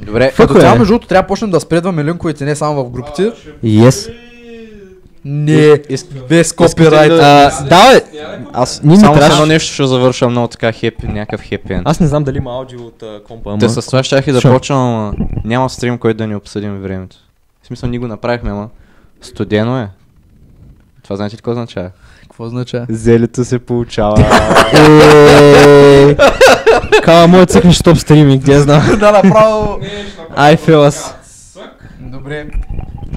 [SPEAKER 4] Добре.
[SPEAKER 9] Фак,
[SPEAKER 2] Като това,
[SPEAKER 9] бе.
[SPEAKER 2] между другото, трябва да почнем да спредваме линковете не само в групите.
[SPEAKER 9] Yes.
[SPEAKER 2] Не, без копирайт.
[SPEAKER 4] А, да, бе. Аз
[SPEAKER 9] Ние не
[SPEAKER 4] само с
[SPEAKER 9] трябваше-
[SPEAKER 4] едно нещо ще завърша много така хепи, някакъв хепи енд.
[SPEAKER 9] Аз не знам дали има аудио от а, компа, ама...
[SPEAKER 4] Те с това щях и да
[SPEAKER 9] Шо?
[SPEAKER 4] почвам, ама няма стрим, който да ни обсъдим времето. В смисъл, ние го направихме, ама студено е. Това знаете ли какво означава?
[SPEAKER 2] Какво означава?
[SPEAKER 4] Зелето се получава.
[SPEAKER 9] Е, Кава, моят цъкнеш топ стриминг, не знам.
[SPEAKER 2] Да, направо.
[SPEAKER 9] I feel us.
[SPEAKER 2] Добре.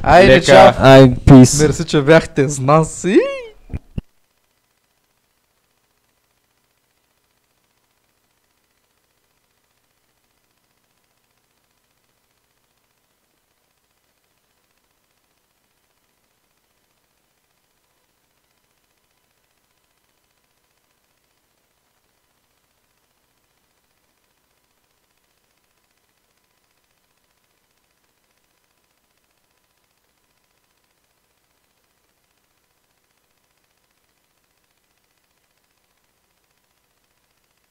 [SPEAKER 2] Айде,
[SPEAKER 4] Лека.
[SPEAKER 2] чао.
[SPEAKER 9] I peace.
[SPEAKER 2] Мерси, че бяхте с нас и...